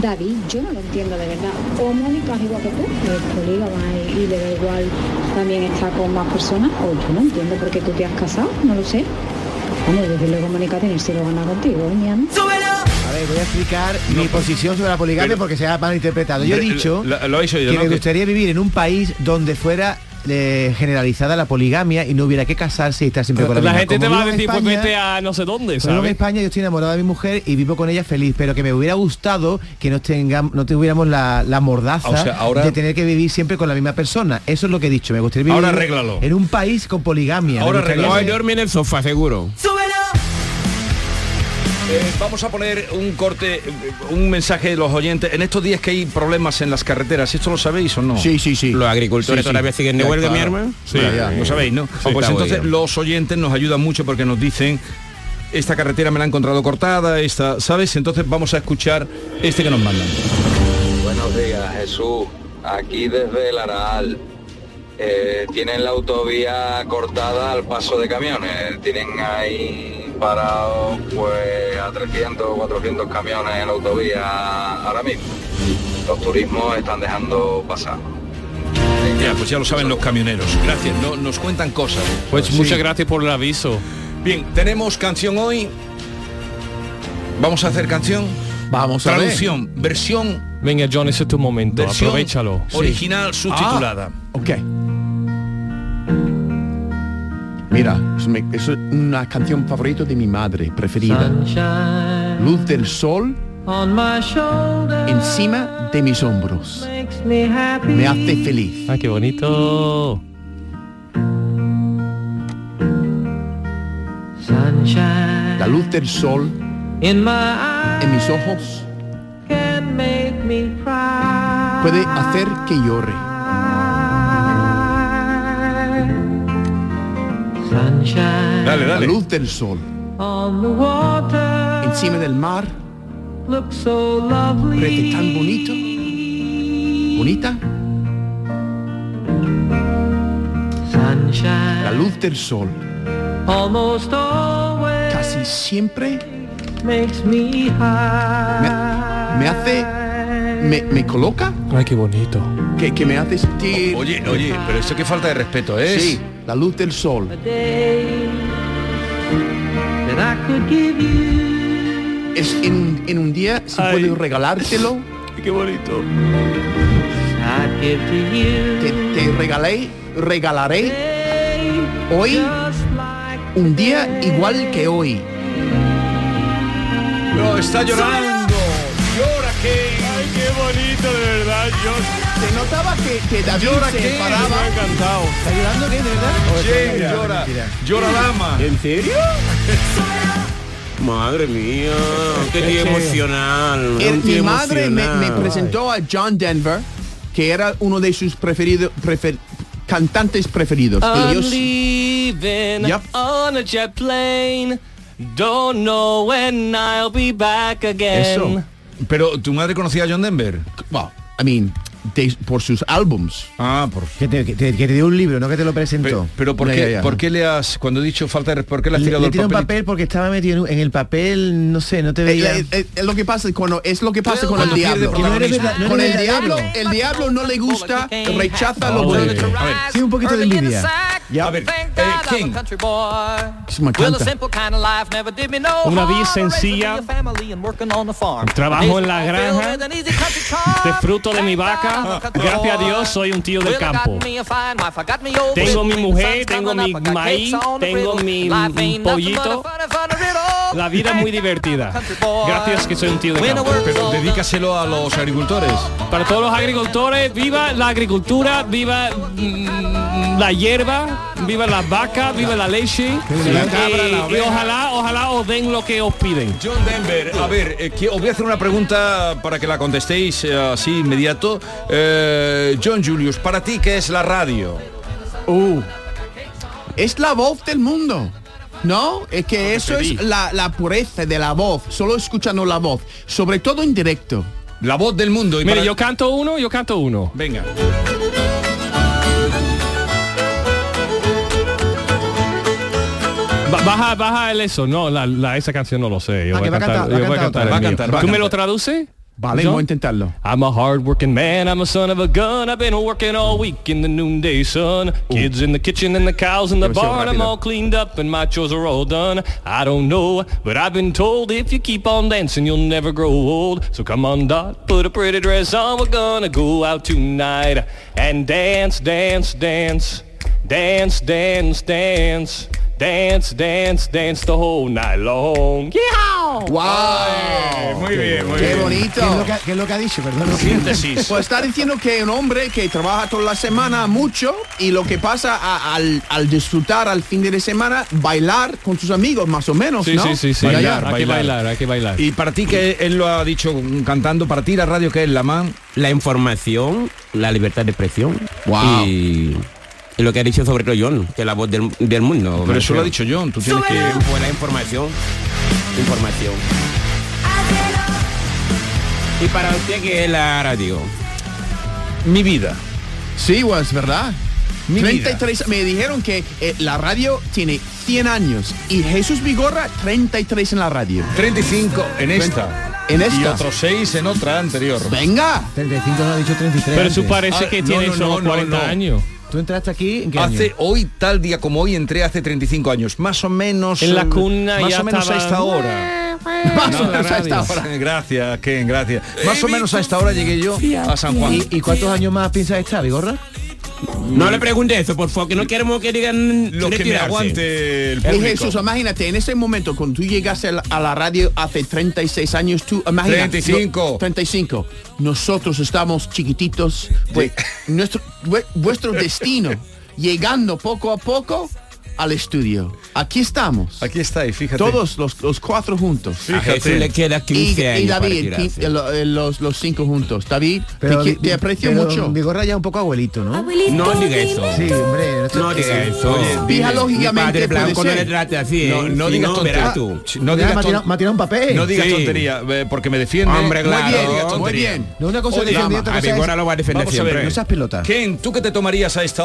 S8: David, yo no lo entiendo de verdad. O Mónica es igual que tú, que es polígama y, y le da igual también está con más personas, o yo no entiendo por qué tú te has casado, no lo sé. Bueno, desde luego Mónica tenerse lo gana contigo, ¿eh, mi Ana?
S7: A ver, voy a explicar mi posición sobre la poligamia
S3: pues, pero-
S7: porque se ha malinterpretado. Yo he
S3: Pero,
S7: dicho
S3: la- lo habéis oído,
S7: que
S3: ¿no?
S7: me
S3: Que-
S7: gustaría vivir en un país donde fuera eh, generalizada la poligamia y no hubiera que casarse y estar siempre con la,
S6: La
S7: misma.
S6: gente te
S7: Como
S6: va a
S7: vivo en
S6: decir, pues
S7: España-
S6: vete a no sé dónde,
S7: como vivo en
S6: ¿sabes?
S7: España yo estoy enamorado de mi mujer y vivo con ella feliz, pero que me hubiera gustado que no, tengam- no tuviéramos la, la mordaza
S3: O sea, ahora-
S7: de tener que vivir siempre con la misma persona. Eso es lo que he dicho. Me gustaría vivir
S3: Ahora arréglalo.
S7: en un país con poligamia. Me
S3: Ahora
S7: gustaría-
S5: No, duerme en el sofá, seguro.
S3: Eh, vamos a poner un corte, eh, un mensaje de los oyentes. En estos días que hay problemas en las carreteras, ¿esto lo sabéis o no?
S4: Sí, sí, sí.
S5: Los agricultores
S3: Sí, sí.
S5: todavía siguen de
S3: Ya,
S5: huelga, mi
S3: claro.
S5: hermano.
S3: Sí,
S4: Ya, ya.
S3: lo sabéis, ¿no? Ah, pues
S5: está
S3: entonces
S5: bueno.
S3: los oyentes nos ayudan mucho porque nos dicen esta carretera me la he encontrado cortada, esta, ¿sabes? Entonces vamos a escuchar este que nos mandan.
S9: Buenos días, Jesús. Aquí desde el Araal. Eh, tienen la autovía cortada al paso de camiones. Tienen ahí parados pues a 300 o 400 camiones en la autovía ahora mismo. Los turismos están dejando pasar.
S3: Ya, pues ya lo saben los camioneros. Gracias, ¿no? nos cuentan cosas.
S6: Pues
S3: Sí.
S6: muchas gracias por el aviso.
S3: Bien, tenemos canción hoy. Vamos a hacer canción.
S4: Vamos a ver.
S3: Traducción, versión,
S6: Venga, John, ese es tu momento.
S3: versión
S6: Aprovechalo. Ah,
S3: original subtitulada.
S4: Ok. Mira, es, mi- es una canción favorita de mi madre, preferida. Luz del sol encima de mis hombros. Me hace feliz.
S6: Ah, qué bonito.
S4: La luz del sol en mis ojos puede hacer que llore.
S3: Dale,
S4: La
S3: dale.
S4: luz del sol encima del mar parece tan bonito. Bonita. La luz del sol casi siempre me, me hace, me, me coloca,
S6: Ay, qué bonito.
S4: que, que me hace sentir...
S3: Oye, oye, pero eso qué falta de respeto es.
S4: Sí, la luz del sol. Es en, en un día, si
S6: Ay.
S4: puedo regalártelo,
S6: [LAUGHS] Qué bonito.
S4: te, te regalé, regalaré hoy un día igual que hoy.
S3: No, está llorando. Llora que.
S6: Qué bonito, de verdad, John.
S4: Se notaba que, que David
S3: Llora
S4: se
S3: que-
S4: paraba.
S6: encantado.
S7: ¿Está llorando qué, de verdad?
S3: Llega, llora. Llora dama.
S5: ¿En serio? Madre mía, qué día emocional.
S4: El-
S5: un
S4: mi
S5: día
S4: madre me, me
S5: emocional.
S4: presentó a John Denver, que era uno de sus preferidos cantantes preferidos.
S7: Ah,
S4: Y yo-
S6: I'm leaving
S4: Yep.
S6: on a jet plane. Don't know when I'll be back again.
S4: Eso.
S3: Pero tu madre conocía a John Denver.
S4: well, I mean, de- por sus álbums.
S3: Ah, por
S7: Que te, que te- que te dio un libro, no que te lo presentó.
S3: Pero, pero ¿por,
S4: Ya,
S3: qué,
S4: ya, ya.
S3: ¿por qué le has, cuando he dicho falta de respeto, por qué le has
S7: le,
S3: tirado
S7: le
S3: el
S7: tiró un
S3: papel?
S7: papel porque estaba metido en un- en el papel, no sé, no te
S4: Eh,
S7: veía.
S4: eh, eh, Es lo que pasa cuando es lo que pasa con el
S3: Cuando pierde
S4: diablo.
S3: protagonismo.
S7: Que no eres verdad- no
S4: Con
S7: eres
S4: el diablo,
S7: verdadero.
S4: el diablo no le gusta, rechaza lo
S6: Hombre.
S4: bonito.
S3: A ver,
S7: Sí, un poquito de envidia.
S3: a ver, eh, King,
S4: Eso me encanta.
S6: Una vida sencilla. Trabajo en la granja. Disfruto Este de mi vaca. Gracias a Dios soy un tío del campo. Tengo mi mujer, tengo mi maíz, tengo mi mm, pollito. La vida es muy divertida. Gracias que soy un tío de campo.
S3: pero dedícaselo a los agricultores.
S6: Para todos los agricultores, viva la agricultura, viva mm, la hierba, viva las vacas, viva la leche. Eh,
S3: la cabra, la
S6: y, y
S3: oveja.
S6: ojalá, ojalá os den lo que os piden.
S3: John Denver, a ver, eh, que- os voy a hacer una pregunta para que la contestéis eh, así inmediato. Eh, John Julius, para ti, ¿qué es la radio?
S4: Uh, es la voz del mundo. No, es que eso
S3: pedí.
S4: es la, la pureza de la voz, solo escuchando la voz, sobre todo en directo.
S3: La voz del mundo. Y
S6: Mire,
S3: para-
S6: yo canto uno, yo canto uno.
S3: Venga.
S6: Ba- Baja, baja el eso. No, la, la- esa canción no lo sé. Yo
S7: Ah,
S6: voy
S7: que
S6: a
S7: va
S6: cantar,
S7: a cantar, va
S6: yo
S7: a
S6: voy a
S7: cantar
S6: cantar el
S3: otra. Va a
S6: mío.
S3: cantar, va a
S6: ¿Tú me
S3: cantar.
S6: lo traduces?
S4: Vale,
S6: John?
S4: voy a intentarlo.
S6: I'm a hard-working man, I'm a son of a gun. I've been working all week in the noonday sun. Kids in the kitchen and the cows in the
S4: Demasiado
S6: barn. I'm
S4: rápido.
S6: all cleaned up and my chores are all done. I don't know, but I've been told if you keep on dancing, you'll never grow old. So come on, Dot, put a pretty dress on. We're gonna go out tonight and dance, dance, dance. Dance, dance, dance. Dance, dance, dance the whole night long. Yeah!
S4: ¡Wow!
S3: Muy bien, muy
S4: ¡Qué
S7: ¿Qué es, lo
S4: bonito!
S7: que, qué es lo que ha dicho? Perdón.
S3: Síntesis.
S4: Pues está diciendo que un hombre que trabaja toda la semana mucho y lo que pasa a- al, al disfrutar al fin de la semana, bailar con sus amigos, más o menos,
S6: Sí,
S4: ¿no?
S6: sí, sí, sí.
S3: Bailar,
S6: hay que
S3: bailar.
S6: bailar, hay que bailar.
S3: Y para ti, que él lo ha dicho mm, cantando, para ti la radio, ¿qué es la man?
S5: la información, la libertad de expresión
S4: Wow.
S5: y, y lo que ha dicho sobre todo John, que es la voz del, del mundo.
S3: Pero
S5: me
S3: eso lo ha
S5: refiero.
S3: dicho John, tú tienes que...
S5: Eh, Buena información, información. Y para usted que es la radio.
S3: Mi vida.
S4: Sí, bueno, es verdad.
S3: Mi
S4: 33, me dijeron que eh, la radio tiene 100 años y Jesús Vigorra 33 en la radio.
S3: 35 en esta.
S4: En
S3: Y
S4: esta.
S3: otros 6 en otra anterior.
S4: Venga.
S7: 35 no ha dicho 33.
S6: Pero eso
S7: antes.
S6: parece
S3: Ah,
S6: que
S3: no,
S6: tiene
S3: no,
S6: solo
S3: no, no,
S6: 40
S3: no.
S6: años.
S7: Tú entraste aquí en qué año?
S3: Hace hoy, tal día como hoy, entré hace 35 años. Más o menos...
S6: En la
S3: eh,
S6: cuna
S3: Más
S6: ya
S3: o menos
S6: estaba- Eh,
S3: a esta hora. [LAUGHS]
S4: Más o
S6: la
S4: menos a esta
S6: radio.
S4: hora.
S3: Gracias, Ken, gracias. Más o menos a esta hora llegué yo a San Juan.
S7: ¿Y, y cuántos años más piensas estar, Vigorra?
S5: No le pregunte eso, por favor, que no queremos que digan
S3: Lo que me
S5: retirarse.
S3: aguante el
S4: Y
S3: público.
S4: Eh, Jesús, imagínate, en ese momento, cuando tú llegaste a la, a la radio hace 36 años, tú imagínate.
S3: 35.
S4: 35. Nosotros estamos chiquititos. pues, nuestro, vue- vuestro destino, llegando poco a poco al estudio. Aquí estamos.
S3: Aquí está, y fíjate.
S4: Todos los, los cuatro juntos.
S5: A Jesús le
S3: Fíjate.
S5: queda
S4: Y,
S5: 15 años
S4: y
S5: para
S4: David,
S5: retirarse.
S4: qui- lo- eh, los, los cinco juntos. David, te qui- te, aprecio
S7: pero
S4: mucho.
S7: Vigorra ya un poco abuelito, ¿no?
S5: No diga eso.
S7: Sí, hombre. esto-
S5: No diga eso.
S4: Fija
S5: Mi padre
S4: lógicamente
S5: blanco no
S4: puede
S5: le
S4: ser.
S5: trate así.
S3: No,
S5: ¿eh?
S3: no
S5: Si
S3: digas tontería.
S5: verás tú.
S3: Si- No digas
S7: Mira, me ha tirado-
S3: tontería.
S7: me ha tirado un papel.
S3: No digas
S5: Sí.
S3: tontería, eh, porque me defiende.
S5: Hombre,
S3: No
S5: claro.
S3: digas tontería.
S4: Muy bien.
S7: No, una cosa
S3: O
S7: es defender,
S3: drama.
S7: otra
S5: A
S7: cosa
S5: Vigora lo va a defender
S3: Vamos a ver,
S5: siempre.
S7: No seas pelota.
S3: Ken, ¿tú qué te tomarías a esta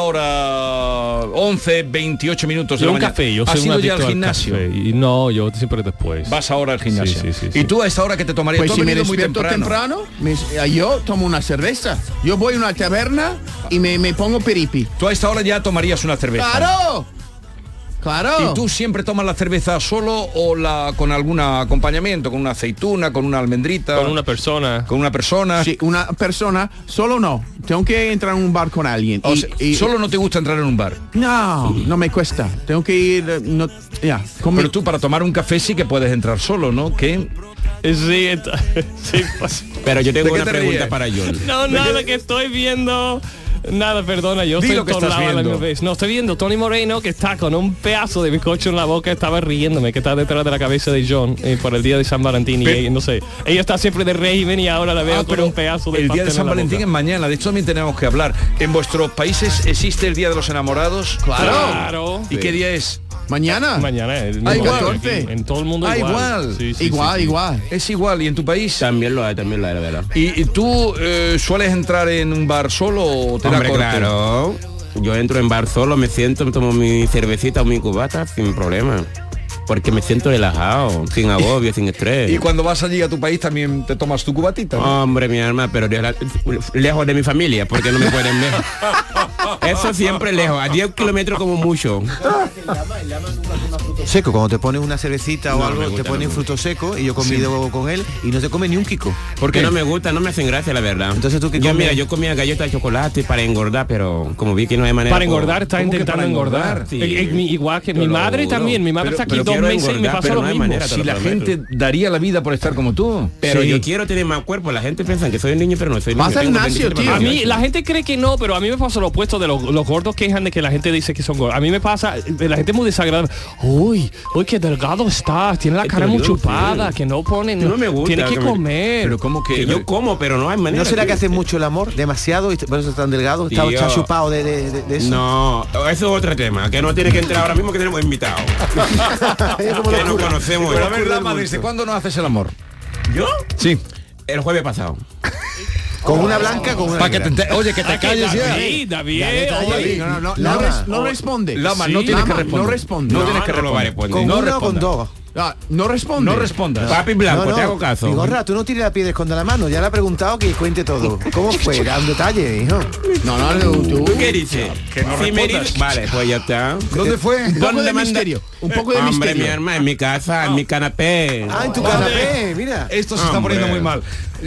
S3: hora 11, 28 minutos de
S6: Yo
S3: la
S6: un
S3: mañana?
S6: café, yo soy
S3: ¿Has
S6: un
S3: ido ya
S6: adicto
S3: al
S6: al
S3: gimnasio?
S6: café. Y no, yo siempre después.
S3: Vas ahora al gimnasio.
S6: Pues Sí, sí, sí,
S3: ¿Y
S6: sí.
S3: tú a esta hora que te tomarías?
S4: Pues
S3: Tú has
S4: si me
S3: venido muy
S4: despierto temprano, me- eh, yo tomo una cerveza. Yo voy a una taberna y me, me pongo peripi.
S3: Tú a esta hora ya tomarías una cerveza.
S4: ¡Claro! ¡Claro!
S3: ¿Y tú siempre tomas la cerveza solo o la con algún acompañamiento? ¿Con una aceituna, con una almendrita?
S6: Con una persona.
S3: con una persona.
S4: Sí, una persona, solo no. Tengo que entrar en un bar con alguien.
S3: O
S4: y-
S3: sea,
S4: y-
S3: solo no te gusta entrar en un bar.
S4: No, no me cuesta. Tengo que ir... eh, No, ya. con mi-
S3: Pero tú para tomar un café sí que puedes entrar solo, ¿no? ¿Qué?
S6: Sí, ent- [LAUGHS] sí, pues-
S5: Pero yo
S3: ¿De
S5: tengo
S3: qué
S5: una
S3: te
S5: pregunta
S3: ríes?
S5: para John.
S6: No, nada que estoy viendo. Nada, perdona, yo
S3: Di
S6: estoy
S3: lo
S6: en
S3: que
S6: todos
S3: estás
S6: lados a la
S3: viendo.
S6: misma vez. No, estoy viendo Tony Moreno que está con un pedazo de bizcocho en la boca, estaba riéndome, que está detrás de la cabeza de John eh, por el día de San Valentín y
S3: Pero-
S6: ella, no sé. Ella está siempre de régimen y ahora la veo con un pedazo de
S3: el día de
S6: pastel en
S3: San
S6: la
S3: Valentín es
S6: boca.
S3: mañana, de esto también tenemos que hablar. ¿En vuestros países existe el Día de los Enamorados?
S6: Claro.
S3: ¿Y qué día es?
S4: Mañana.
S6: Mañana es el
S3: Ah, igual.
S6: 14. En todo el mundo
S3: Ah,
S6: igual.
S3: igual.
S6: Sí, sí,
S4: igual,
S6: sí, sí.
S4: igual.
S3: Es igual, ¿y en tu país?
S5: También lo hay, también lo hay, la verdad.
S3: ¿Y, y tú eh, sueles entrar en un bar solo o te
S5: Hombre,
S3: da corte?
S5: claro. Yo entro en bar solo, me siento, me tomo mi cervecita o mi cubata sin problema. Porque me siento relajado, sin agobio, sin estrés.
S3: [LAUGHS] Y cuando vas allí a tu país también te tomas tu cubatita. ¿no?
S5: Hombre, mi alma, pero de la- lejos de mi familia, porque no me pueden
S3: [LAUGHS]
S5: ver. Eso siempre lejos, a 10 kilómetros como mucho.
S7: Seco, cuando te pones una cervecita o
S5: No,
S7: algo,
S5: me gusta,
S7: te ponen
S5: no me
S7: fruto seco y yo comido con él y no se come ni un kiko.
S5: Porque no me gusta, no me hacen gracia, la verdad.
S7: Entonces, ¿tú qué
S5: Yo,
S7: comes?
S5: mira, yo comía galletas de chocolate para engordar, pero como vi que no hay manera...
S6: Para
S5: pues-
S6: engordar, está
S3: ¿Cómo que
S6: intentando
S3: para engordar?
S6: engordar.
S5: Sí.
S6: Eh, eh, mi- igual que
S5: Te
S6: mi
S5: lo
S6: madre
S5: juro.
S6: también. Mi madre
S5: Pero-
S6: está aquí
S5: pero
S6: dos
S5: quiero
S6: meses y me
S5: engordar,
S6: pasa
S5: pero
S6: lo
S5: no hay
S6: mismo.
S5: manera.
S3: Si la
S5: Totalmente.
S3: gente daría la vida por estar como tú.
S5: Pero
S6: Sí.
S5: yo quiero tener más cuerpo, la gente piensa que soy un niño, pero no soy niño.
S4: Vas al
S5: Tengo
S4: gimnasio,
S5: 27
S4: tío.
S6: A
S5: años.
S6: mí la gente cree que no, pero a mí me pasa lo opuesto de los, los gordos quejan de que la gente dice que son gordos. A mí me pasa, de la gente es muy desagradable. Uy, uy, qué delgado estás, tiene la
S5: Te
S6: cara
S5: lo
S6: muy
S5: digo,
S6: chupada,
S5: sí.
S6: que no pone,
S5: No me gusta
S6: tiene que,
S5: que me-
S6: comer.
S3: Pero como que,
S5: Que yo como, pero no hay manera.
S7: ¿No será que
S5: tío.
S7: hace mucho el amor? ¿Demasiado? ¿Y por eso es tan delgado? ¿Está,
S5: Tío.
S7: está chupado de, de- de- de eso?
S5: No, eso es otro tema, que no tiene que entrar ahora mismo que tenemos invitados.
S7: Es como
S5: que no
S7: locura.
S5: conocemos.
S3: Pero a ver, dama, ¿desde cuándo no haces el amor?
S5: ¿Yo?
S3: Sí.
S5: El jueves pasado.
S7: Con una blanca, con una
S3: Pa' que te
S7: negra.
S3: ente- oye, que
S5: Ah,
S3: te calles ya.
S6: David, David,
S7: Dale,
S6: oye.
S7: David, no, no, no,
S4: No,
S7: Lama.
S4: res- no responde.
S3: Lama,
S4: Sí.
S3: no tienes que
S4: Lama,
S3: responder.
S4: No responde.
S3: No
S4: No,
S3: tienes que
S5: no lo va a
S3: responder.
S5: responder.
S7: Con
S3: No
S7: una o con
S3: responda.
S7: dos.
S4: ah, no responde.
S3: No respondas.
S5: Papi Blanco,
S7: No, no.
S5: te hago caso.
S7: Bigorra, tú no tires la piedra con la mano. Ya le ha preguntado que cuente todo. ¿Cómo fue? Da un detalle, hijo.
S4: No, no, no, tú.
S5: ¿Qué dices? Que no Vale, pues ya está.
S3: ¿Dónde fue?
S4: Un poco de
S5: manda-
S4: misterio. Un poco de
S5: Hombre, mi
S4: misterio.
S5: hermana, en mi casa, en mi canapé.
S7: Ah, en tu canapé, mira.
S3: Esto se está
S5: Hombre.
S3: poniendo muy mal.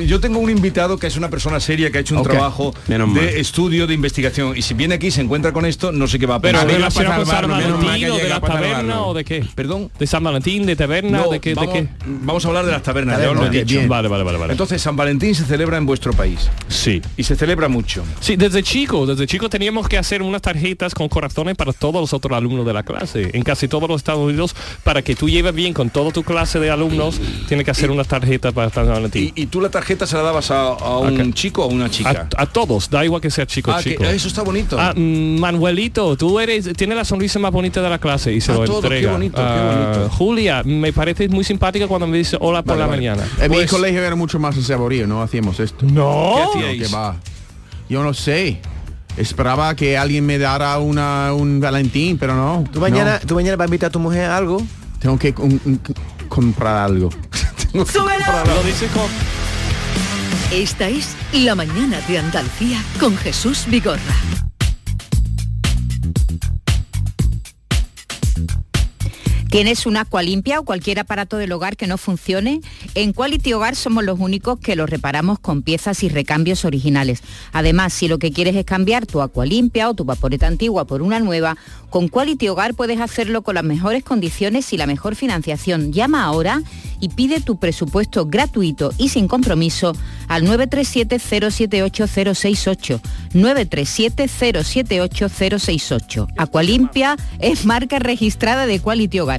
S3: Yo tengo un invitado que es una persona seria que ha hecho un
S4: Ok.
S3: trabajo
S5: Menos mal.
S3: de estudio, de investigación. Y si viene aquí y se encuentra con esto, no sé qué va a
S6: Pero
S5: A mí me
S3: pensar.
S6: de la
S5: pasa
S6: con San
S5: salvarlo, menos mal que
S6: Valentín o de
S5: llega
S6: la
S5: para
S6: taberna
S5: salvarlo.
S6: o de qué?
S3: Perdón.
S6: ¿De San Valentín, de taberna,
S3: No,
S6: de qué?
S3: vamos,
S6: de qué?
S3: vamos a hablar de las tabernas, ya os lo he
S4: Taberna,
S3: dicho.
S4: bien.
S6: Vale, vale, vale, vale.
S3: Entonces, San Valentín se celebra en vuestro país
S6: sí.
S3: y se celebra mucho.
S6: Sí, desde chico, desde chico teníamos que hacer unas tarjetas con corazones para todos los otros alumnos de la clase. En casi todos los Estados Unidos, para que tú lleves bien con toda tu clase de alumnos, tienes que hacer unas tarjetas para San
S3: Y,
S6: Valentín.
S3: y tú la tarjeta se la dabas a, a un
S6: Acá.
S3: chico o a una chica.
S6: A, a todos, da igual que sea chico o
S3: Ah, que-
S6: chico.
S3: eso está bonito.
S6: Ah, mm, Manuelito, tú eres, tienes la sonrisa más bonita de la clase y se
S3: A
S6: lo
S3: todos, Ah, qué
S6: entrega.
S3: bonito, qué
S6: Ah,
S3: bonito.
S6: Julia, me pareces muy simpática cuando me dice hola por
S3: Vale,
S6: la
S3: vale.
S6: mañana.
S4: En mi
S3: Pues-
S4: colegio era mucho más saborío, no hacíamos esto.
S6: No.
S3: ¿Qué
S4: No,
S3: hacíais?
S4: que va. Yo no sé. Esperaba que alguien me dara una, un Valentín, pero no.
S7: Tú mañana,
S4: No.
S7: tú mañana vas a invitar a tu mujer a algo.
S4: Tengo que un- un- comprar algo. [LAUGHS]
S6: Lo dices con
S2: Esta es La Mañana de Andalucía con Jesús Vigorra.
S10: ¿Tienes un agua limpia o cualquier aparato del hogar que no funcione? En Quality Hogar somos los únicos que lo reparamos con piezas y recambios originales. Además, si lo que quieres es cambiar tu agua limpia o tu vaporeta antigua por una nueva, con Quality Hogar puedes hacerlo con las mejores condiciones y la mejor financiación. Llama ahora y pide tu presupuesto gratuito y sin compromiso al 937-078-068. 937-078-068. Acualimpia es marca registrada de Quality Hogar,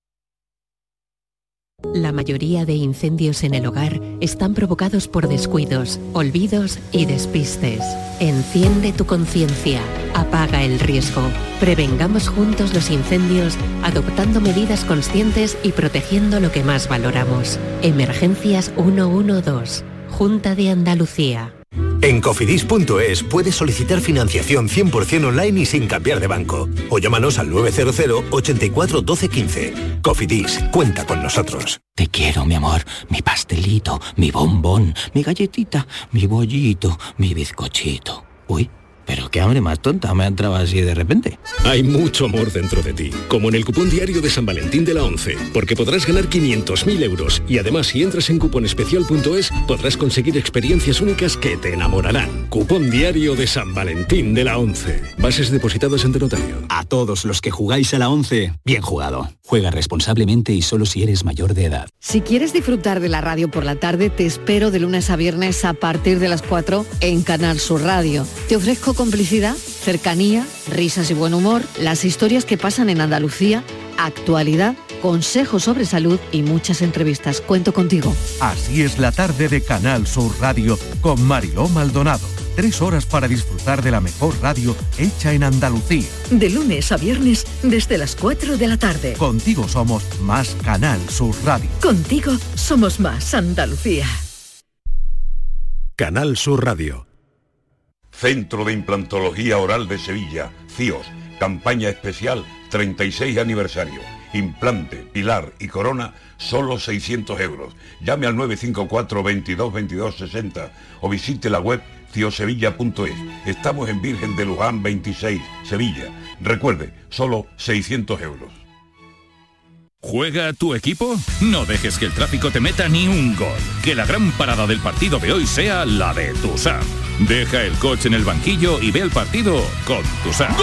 S11: La mayoría de incendios en el hogar están provocados por descuidos, olvidos y despistes. Enciende tu conciencia, apaga el riesgo. Prevengamos juntos los incendios adoptando medidas conscientes y protegiendo lo que más valoramos. Emergencias 112, Junta de Andalucía.
S12: En cofidis.es puedes solicitar financiación 100% online y sin cambiar de banco. O llámanos al 900 84 12 15. Cofidis, cuenta con nosotros.
S11: Te quiero, mi amor, mi pastelito, mi bombón, mi galletita, mi bollito, mi bizcochito. Uy, pero qué hambre más tonta me ha entrado así de repente.
S1: Hay mucho amor dentro de ti, como en el cupón diario de San Valentín de la 11, porque podrás ganar 500.000 euros y además si entras en cuponespecial.es podrás conseguir experiencias únicas que te enamorarán. Cupón diario de San Valentín de la 11. Bases depositadas ante notario.
S12: A todos los que jugáis a la 11, bien jugado.
S13: Juega responsablemente y solo si eres mayor de edad.
S2: Si quieres disfrutar de la radio por la tarde, te espero de lunes a viernes a partir de las 4 en Canal Sur Radio. Te ofrezco complicidad, cercanía, risas y buen humor, las historias que pasan en Andalucía, actualidad, consejos sobre salud y muchas entrevistas. Cuento contigo.
S12: Así es la tarde de Canal Sur Radio con Mariló Maldonado. Tres horas para disfrutar de la mejor radio hecha en Andalucía.
S14: De lunes a viernes desde las 4 de la tarde.
S12: Contigo somos más Canal Sur Radio.
S14: Contigo somos más Andalucía.
S15: Canal Sur Radio.
S16: Centro de Implantología Oral de Sevilla, CIOS, campaña especial 36 aniversario. Implante, pilar y corona, solo 600 euros. Llame al 954 22 22 60 o visite la web e ciosevilla.es. Estamos en Virgen de Luján 26, Sevilla. Recuerde, solo 600 euros.
S17: ¿Juega tu equipo? No dejes que el tráfico te meta ni un gol. Que la gran parada del partido de hoy sea la de Tusam. Deja el coche en el banquillo y ve el partido con Tusam.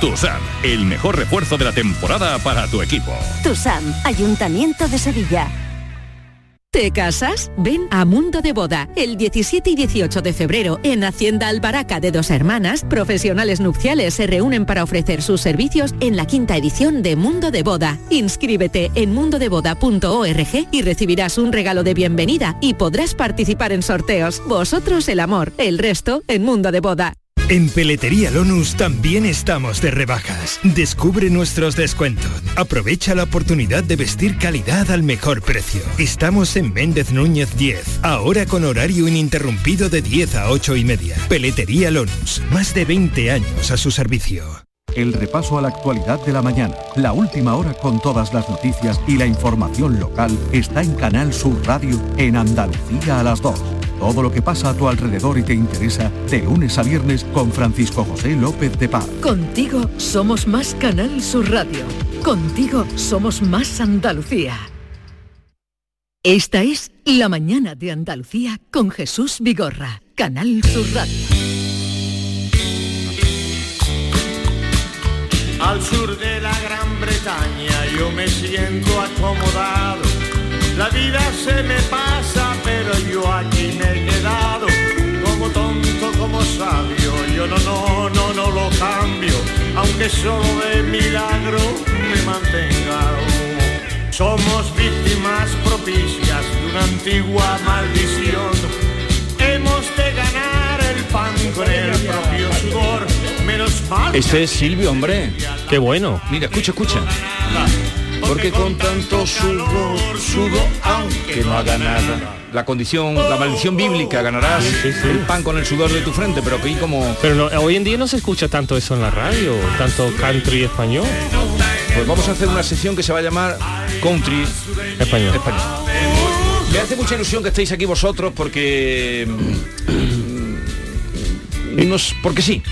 S17: Tusam, el mejor refuerzo de la temporada para tu equipo.
S18: TUSAM, Ayuntamiento de Sevilla.
S19: ¿Te casas? Ven a Mundo de Boda el 17 y 18 de febrero en Hacienda Albaraca de Dos Hermanas. Profesionales nupciales se reúnen para ofrecer sus servicios en la quinta edición de Mundo de Boda. Inscríbete en mundodeboda.org y recibirás un regalo de bienvenida y podrás participar en sorteos. Vosotros el amor, el resto en Mundo de Boda.
S20: En Peletería Lonus también estamos de rebajas. Descubre nuestros descuentos. Aprovecha la oportunidad de vestir calidad al mejor precio. Estamos en Méndez Núñez 10, ahora con horario ininterrumpido de 10 a 8 y media. Peletería Lonus, más de 20 años a su servicio.
S12: El repaso a la actualidad de la mañana, la última hora con todas las noticias y la información local está en Canal Sur Radio en Andalucía a las 2. Todo lo que pasa a tu alrededor y te interesa de lunes a viernes con Francisco José López de Paz.
S14: Contigo somos más Canal Sur Radio. Contigo somos más Andalucía. Esta es La mañana de Andalucía con Jesús Vigorra, Canal Sur Radio.
S21: Al sur de la Gran Bretaña yo me siento acomodado. La vida se me pasa, pero yo aquí me he quedado. Como tonto, como sabio, yo no, no, no, no lo cambio. Aunque solo de milagro me mantenga. Somos víctimas propicias de una antigua maldición. Hemos de ganar el pan con el propio sudor. Menos mal que
S3: Este es Silvio, hombre. Qué bueno. Mira, escucha, escucha.
S21: Porque con tanto sudor, sudor, aunque no haga nada.
S3: La condición, la maldición bíblica, ganarás el pan con el sudor de tu frente, pero que como...
S6: Pero no, hoy en día no se escucha tanto eso en la radio, tanto country español.
S3: Pues vamos a hacer una sesión que se va a llamar Country
S6: Español.
S3: Me hace mucha ilusión que estéis aquí vosotros porque... mm, Nos,
S6: [LAUGHS]
S3: porque sí.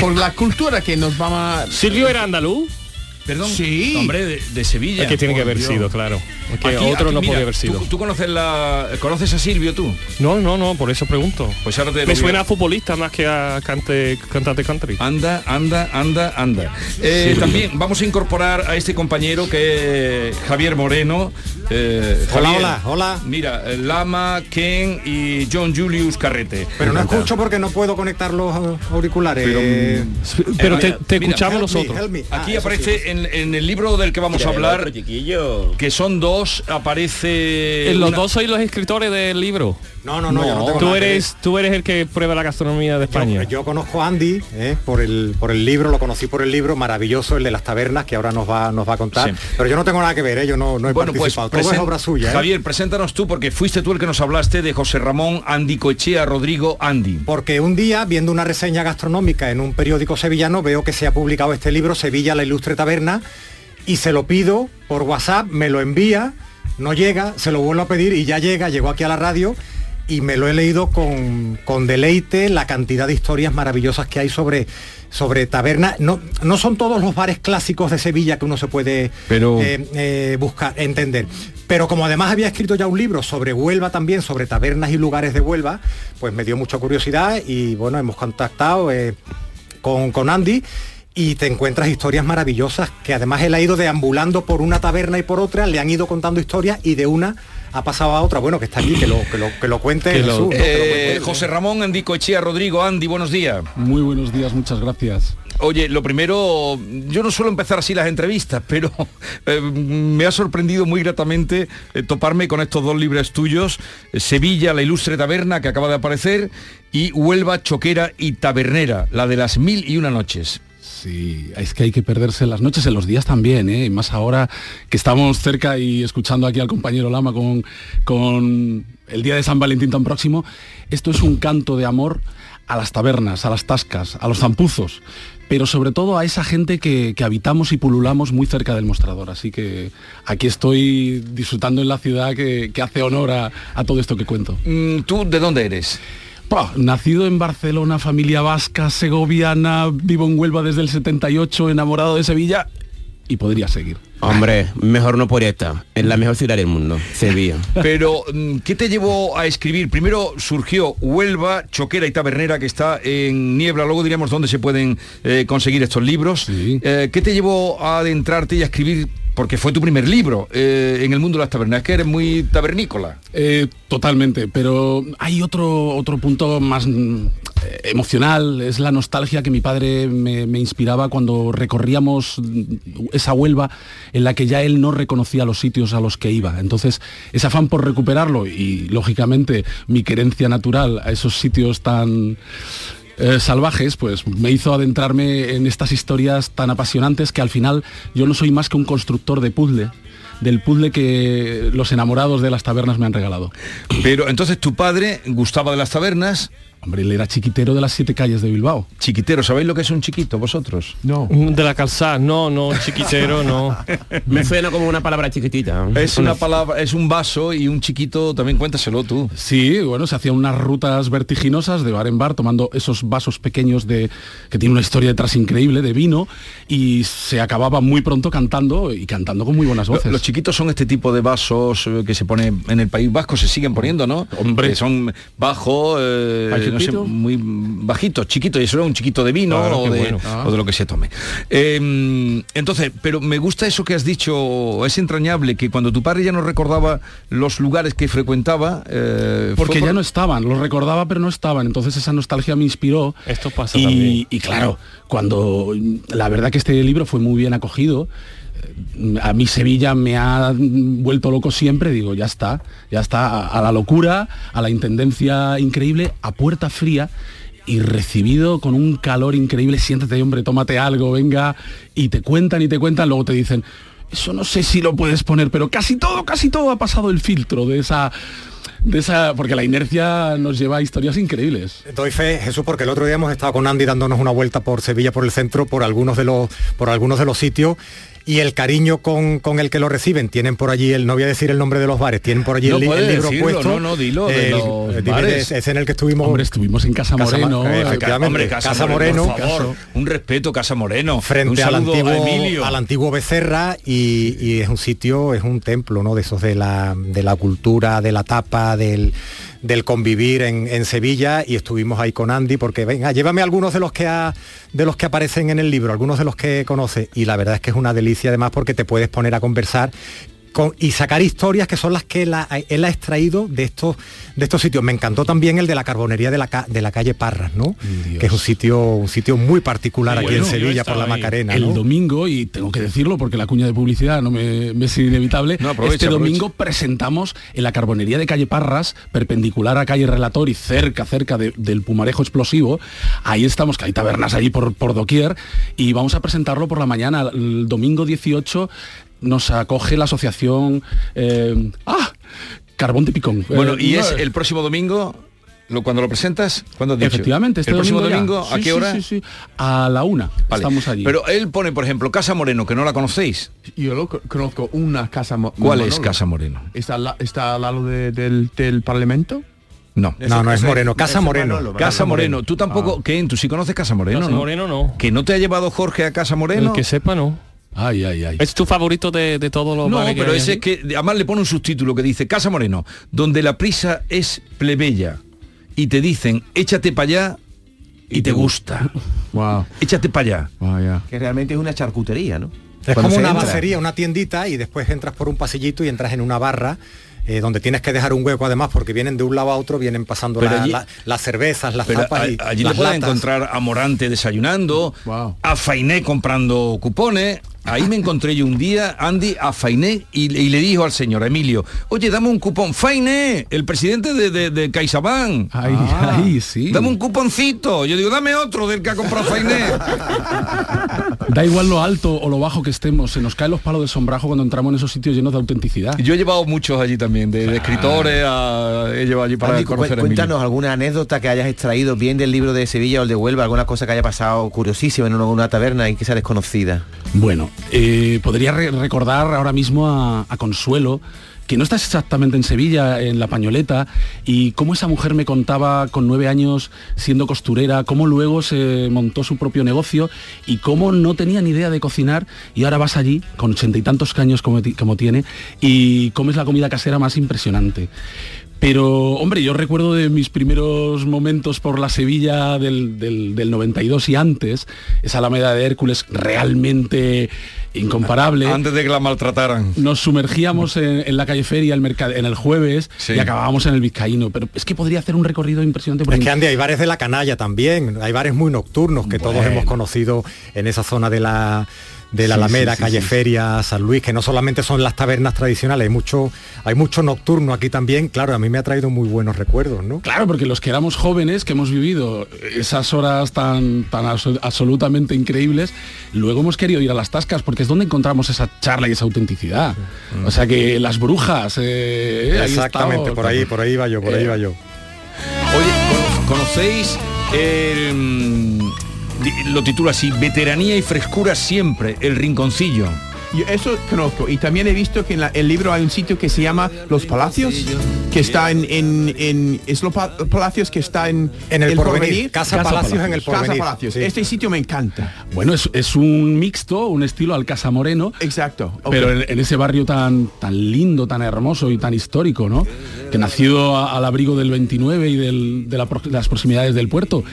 S22: Por la cultura que nos vamos a...
S6: ¿Silvio era andaluz?
S3: Perdón. Sí. Hombre, de, de Sevilla.
S6: Es que tiene que
S3: por
S6: haber
S3: Dios.
S6: sido, claro. Es que
S3: Aquí-
S6: otro
S3: aquí,
S6: no
S3: mira,
S6: podía haber sido.
S3: ¿Tú, tú conoces la conoces a Silvio tú?
S6: No, no, no, por eso pregunto.
S3: Pues ahora te
S6: Me suena a futbolista más que a cante, cantante country.
S3: Anda, anda, anda, anda. Eh,
S6: Sí.
S3: También vamos a incorporar a este compañero que es Javier Moreno. Eh,
S23: Hola, hola, hola.
S3: Mira, eh, Lama, Ken y John Julius Carrete.
S23: Pero no escucho porque no puedo conectar los au- auriculares.
S3: Pero,
S23: Eh,
S3: pero
S23: eh,
S3: te-
S23: mira,
S3: te escuchamos
S23: help me,
S3: nosotros.
S23: help me. Ah,
S3: Aquí
S23: eso
S3: aparece en, en el libro del que vamos a hablar, que son dos, aparece...
S6: los
S3: una-
S6: dos sois los escritores del libro.
S23: No, no, no, yo no tengo
S6: tú
S23: nada que ver.
S6: eres, tú eres el que prueba la gastronomía de España.
S23: Yo conozco a Andy eh, por, el, por el libro, lo conocí por el libro, maravilloso, el de las tabernas, que ahora nos va, nos va a contar. Pero yo no tengo nada que ver, eh, yo no, no he
S3: Bueno, pues
S23: participado. Todo es
S3: presen-
S23: obra suya. eh.
S3: Javier, preséntanos tú porque fuiste tú el que nos hablaste de José Ramón Andy Cochea Rodrigo Andy.
S23: Porque un día, viendo una reseña gastronómica en un periódico sevillano, veo que se ha publicado este libro, Sevilla la Ilustre Taberna, y se lo pido por WhatsApp, me lo envía, no llega, se lo vuelvo a pedir y ya llega, llegó aquí a la radio y me lo he leído con, con deleite, la cantidad de historias maravillosas que hay sobre, sobre taberna. No, no son todos los bares clásicos de Sevilla que uno se puede
S3: Pero-
S23: eh, eh, buscar, entender. Pero como además había escrito ya un libro sobre Huelva también, sobre tabernas y lugares de Huelva, pues me dio mucha curiosidad y bueno, hemos contactado eh, con, con Andy. y te encuentras historias maravillosas que además él ha ido deambulando por una taberna y por otra, le han ido contando historias y de una ha pasado a otra. Bueno, que está aquí, que lo, que lo, que lo cuente
S3: Que lo-
S23: Jesús, ¿no? Que lo
S3: Eh,
S23: cuente él.
S3: José Ramón, Andico Echea, Rodrigo, Andy, buenos días. Muy buenos días, muchas gracias. Oye, lo primero, yo no suelo empezar así las entrevistas, pero eh, me ha sorprendido muy gratamente eh, toparme con estos dos libros tuyos, eh, Sevilla, la ilustre taberna que acaba de aparecer, y Huelva, Choquera y Tabernera, la de las [LAUGHS] mil y una noches.
S8: Sí, es que hay que perderse las noches en los días también, ¿eh? Y más ahora que estamos cerca y escuchando aquí al compañero Lama con, con el día de San Valentín tan próximo. Esto es un canto de amor a las tabernas, a las tascas, a los zampuzos, pero sobre todo a esa gente que, que habitamos y pululamos muy cerca del mostrador. Así que aquí estoy disfrutando en la ciudad que, que hace honor a- a todo esto que cuento.
S3: Mm, ¿Tú de dónde eres?
S8: Pa, nacido en Barcelona, familia vasca, segoviana, vivo en Huelva desde el 78, enamorado de Sevilla y podría seguir.
S5: Hombre, mejor no podría estar. En la mejor ciudad del mundo, Sevilla.
S3: Pero, mm, ¿qué te llevó a escribir? Primero surgió Huelva, Choquera y Tabernera, que está en Niebla. Luego diremos dónde se pueden eh, conseguir estos libros. Eh, ¿Qué te llevó a adentrarte y a escribir? Porque fue tu primer libro eh, en el mundo de las tabernas, que eres muy tabernícola.
S8: Eh, totalmente, pero hay otro, otro punto más mm, eh, emocional, es la nostalgia que mi padre me, me inspiraba cuando recorríamos mm, esa Huelva en la que ya él no reconocía los sitios a los que iba. Entonces, ese afán por recuperarlo y, lógicamente, mi querencia natural a esos sitios tan... eh, salvajes, pues me hizo adentrarme en estas historias tan apasionantes que al final yo no soy más que un constructor de puzzle, del puzzle que los enamorados de las tabernas me han regalado.
S3: Pero entonces tu padre gustaba de las tabernas.
S8: Hombre, él era chiquitero de las siete calles de Bilbao.
S3: Chiquitero, ¿sabéis lo que es un chiquito vosotros?
S8: No.
S6: De la calzada, no, no, chiquitero,
S23: [LAUGHS]
S6: no.
S5: Me suena como una palabra chiquitita.
S3: Es una palabra, es un vaso y un chiquito, también cuéntaselo tú.
S8: Sí, bueno, se hacían unas rutas vertiginosas de bar en bar, tomando esos vasos pequeños de que tiene una historia detrás increíble de vino y se acababa muy pronto cantando y cantando con muy buenas
S3: Lo-
S8: voces.
S3: Los chiquitos son este tipo de vasos eh, que se pone en el País Vasco, se siguen poniendo, ¿no? Hombre. Que son bajos, eh,
S8: Ay,
S3: no sé,
S8: chiquito.
S3: muy bajitos, chiquitos, y eso era un chiquito de vino
S8: Claro,
S3: o,
S8: qué
S3: de, Ah.
S8: bueno.
S3: o de lo que se tome. Eh, entonces, pero me gusta eso que has dicho, es entrañable, que cuando tu padre ya no recordaba los lugares que frecuentaba... eh, fue
S8: Porque
S3: por-
S8: ya no estaban, los recordaba pero no estaban, entonces esa nostalgia me inspiró.
S6: Esto pasa
S8: y,
S6: también.
S8: Y claro, cuando la verdad que este libro fue muy bien acogido, eh, a mí Sevilla me ha mm, vuelto loco siempre, digo, ya está, ya está, a, a la locura, a la intendencia increíble, a puerta fría. Y recibido con un calor increíble, siéntate hombre, tómate algo, venga, y te cuentan y te cuentan, luego te dicen, eso no sé si lo puedes poner, pero casi todo, casi todo ha pasado el filtro de esa de esa, porque la inercia nos lleva a historias increíbles.
S23: Doy fe, Jesús, porque el otro día hemos estado con Andy dándonos una vuelta por Sevilla, por el centro, por algunos de los, por algunos de los sitios. Y el cariño con, con el que lo reciben, tienen por allí, el, no voy a decir el nombre de los bares, tienen por allí
S8: No
S23: el, li- el
S8: puedes
S23: libro
S8: decirlo,
S23: puesto.
S8: no, no, dilo, de los
S23: eh, dime,
S8: bares.
S23: Es, es en el que estuvimos.
S8: Hombre, estuvimos en Casa
S23: Casa
S8: Moreno.
S23: Ma- eh, efectivamente,
S8: Hombre,
S23: Casa, Moreno,
S3: por favor,
S23: Casa-
S3: un respeto, Casa Moreno. un
S23: frente al
S3: saludo a
S23: antiguo,
S3: Emilio.
S23: al antiguo Becerra y, y es un sitio, es un templo, ¿no? De esos de la, de la cultura, de la tapa, del, del convivir en, en Sevilla y estuvimos ahí con Andy porque venga, llévame algunos de los que ha- de los que aparecen en el libro, algunos de los que conoce y la verdad es que es una delicia además porque te puedes poner a conversar con- y sacar historias que son las que él ha, él ha extraído de estos, de estos sitios. Me encantó también el de la carbonería de la, ca- de la calle Parras, ¿no? Que es un sitio, un sitio muy particular aquí en Sevilla por la Macarena.
S8: El
S23: ¿no?
S8: domingo, y tengo que decirlo porque la cuña de publicidad no me, me es inevitable,
S23: aprovecha,
S8: este domingo presentamos en la carbonería de calle Parras, perpendicular a calle Relator y cerca, cerca de- del Pumarejo Explosivo, ahí estamos, que hay tabernas allí por, por doquier, y vamos a presentarlo por la mañana, el domingo 18 nos acoge la asociación... eh, ¡Ah! Carbón de Picón.
S3: Bueno,
S8: Eh,
S3: y
S8: no,
S3: es el próximo domingo, lo, cuando lo presentas, cuando has dicho?
S8: Efectivamente, este
S3: el próximo
S8: domingo ya.
S3: domingo, ¿a
S8: Sí,
S3: qué
S8: sí,
S3: hora?
S8: sí, sí. A la una.
S3: Vale.
S8: Estamos allí.
S3: Pero él pone, por ejemplo, Casa Moreno, que no la conocéis.
S8: Yo lo
S3: conozco una Casa Moreno. ¿Cuál es
S8: Manolo.
S3: Casa Moreno?
S8: ¿Está, al la- está al lado de- del, del Parlamento?
S3: No.
S23: No, no es Moreno, Casa Moreno.
S3: Casa Moreno. Tú tampoco, Ken, tú sí conoces Casa Moreno,
S6: Casa
S3: ¿no?
S6: Moreno no.
S3: Que no te ha llevado Jorge a Casa Moreno.
S6: El que sepa no.
S8: Ay, ay, ay.
S6: Es tu favorito de, de todos los
S3: No,
S6: bares que
S3: pero
S6: hay
S3: ese
S6: aquí?
S3: es que además le pone un subtítulo que dice Casa Moreno, donde la prisa es plebeya y te dicen échate para allá y te gusta. Wow. Échate para allá.
S7: Que realmente es una charcutería, ¿no?
S23: Es
S7: Cuando
S23: como
S7: se
S23: una
S7: entra.
S23: bacería, una tiendita y después entras por un pasillito y entras en una barra. eh, donde tienes que dejar un hueco además porque vienen de un lado a otro, vienen pasando
S3: Pero
S23: la-
S3: allí-
S23: la- las cervezas, las
S3: Pero
S23: tapas y
S3: a- allí le
S23: las
S3: puedes
S23: latas.
S3: encontrar a Morante desayunando, a Fainé comprando cupones. Ahí me encontré yo un día, Andy, a Fainé y, le- y le dijo al señor Emilio, oye, dame un cupón. Fainé, el presidente de, de, de CaixaBank. Ah.
S8: ahí sí.
S3: Dame un cuponcito. Yo digo, dame otro del que ha comprado Fainé.
S8: Da igual lo alto o lo bajo que estemos, se nos caen los palos de sombrajo cuando entramos en esos sitios llenos de
S3: [LAUGHS]
S8: autenticidad.
S3: Yo he llevado muchos allí también, de, de escritores, Eh, a- he llevado allí para
S7: Andy, cu-
S3: conocer a Emilio.
S7: cuéntanos alguna anécdota que hayas extraído bien del libro de Sevilla o el de Huelva, alguna cosa que haya pasado curiosísima en una, una taberna y que sea desconocida.
S8: Bueno, eh, podría re- recordar ahora mismo a, a Consuelo, que no estás exactamente en Sevilla, en la pañoleta, y cómo esa mujer me contaba con nueve años siendo costurera, cómo luego se montó su propio negocio y cómo no tenía ni idea de cocinar y ahora vas allí con ochenta y tantos caños como, ti- como tiene y comes la comida casera más impresionante. Pero, hombre, yo recuerdo de mis primeros momentos por la Sevilla del, del- del 92 y antes, esa Alameda de Hércules realmente incomparable.
S3: Antes de que la maltrataran.
S8: Nos sumergíamos en, en la calle Feria el mercad- en el jueves
S23: Sí.
S8: y acabábamos en el Vizcaíno. Pero es que podría hacer un recorrido impresionante. por
S23: Es que
S8: ahí.
S23: Andy, hay bares de la canalla también, hay bares muy nocturnos que todos
S8: Bueno.
S23: hemos conocido en esa zona de la de la
S8: Sí,
S23: Alameda,
S8: sí, sí,
S23: calle
S8: sí.
S23: Feria, San Luis, que no solamente son las tabernas tradicionales, hay mucho, hay mucho nocturno aquí también, claro, a mí me ha traído muy buenos recuerdos, ¿no?
S8: Claro, porque los que éramos jóvenes, que hemos vivido esas horas tan, tan abso- absolutamente increíbles, luego hemos querido ir a las tascas porque es donde encontramos esa charla y esa autenticidad. O sea que las brujas... eh, ahí
S23: Exactamente,
S8: estamos.
S23: por ahí, por ahí iba yo, por ahí
S8: Eh,
S23: iba yo.
S3: ¿Conocéis? el, mm, di- lo titula así, Veteranía y Frescura Siempre, El Rinconcillo.
S4: Yo eso conozco y también he visto que en la- el libro hay un sitio que se llama Los Palacios, que está en, en, en- es los pa- Palacios que está en
S23: En el Porvenir, Casa Palacios en el
S4: Casa
S23: Porvenir,
S4: Palacios.
S23: sí.
S4: Este sitio me encanta.
S8: Bueno, es, es un mixto, un estilo Alcázar Moreno.
S4: Exacto. ok.
S8: Pero en, en ese barrio tan, tan lindo, tan hermoso y tan histórico, ¿no? Que nació a- al abrigo del 29 y del- de, la pro- de las proximidades del puerto.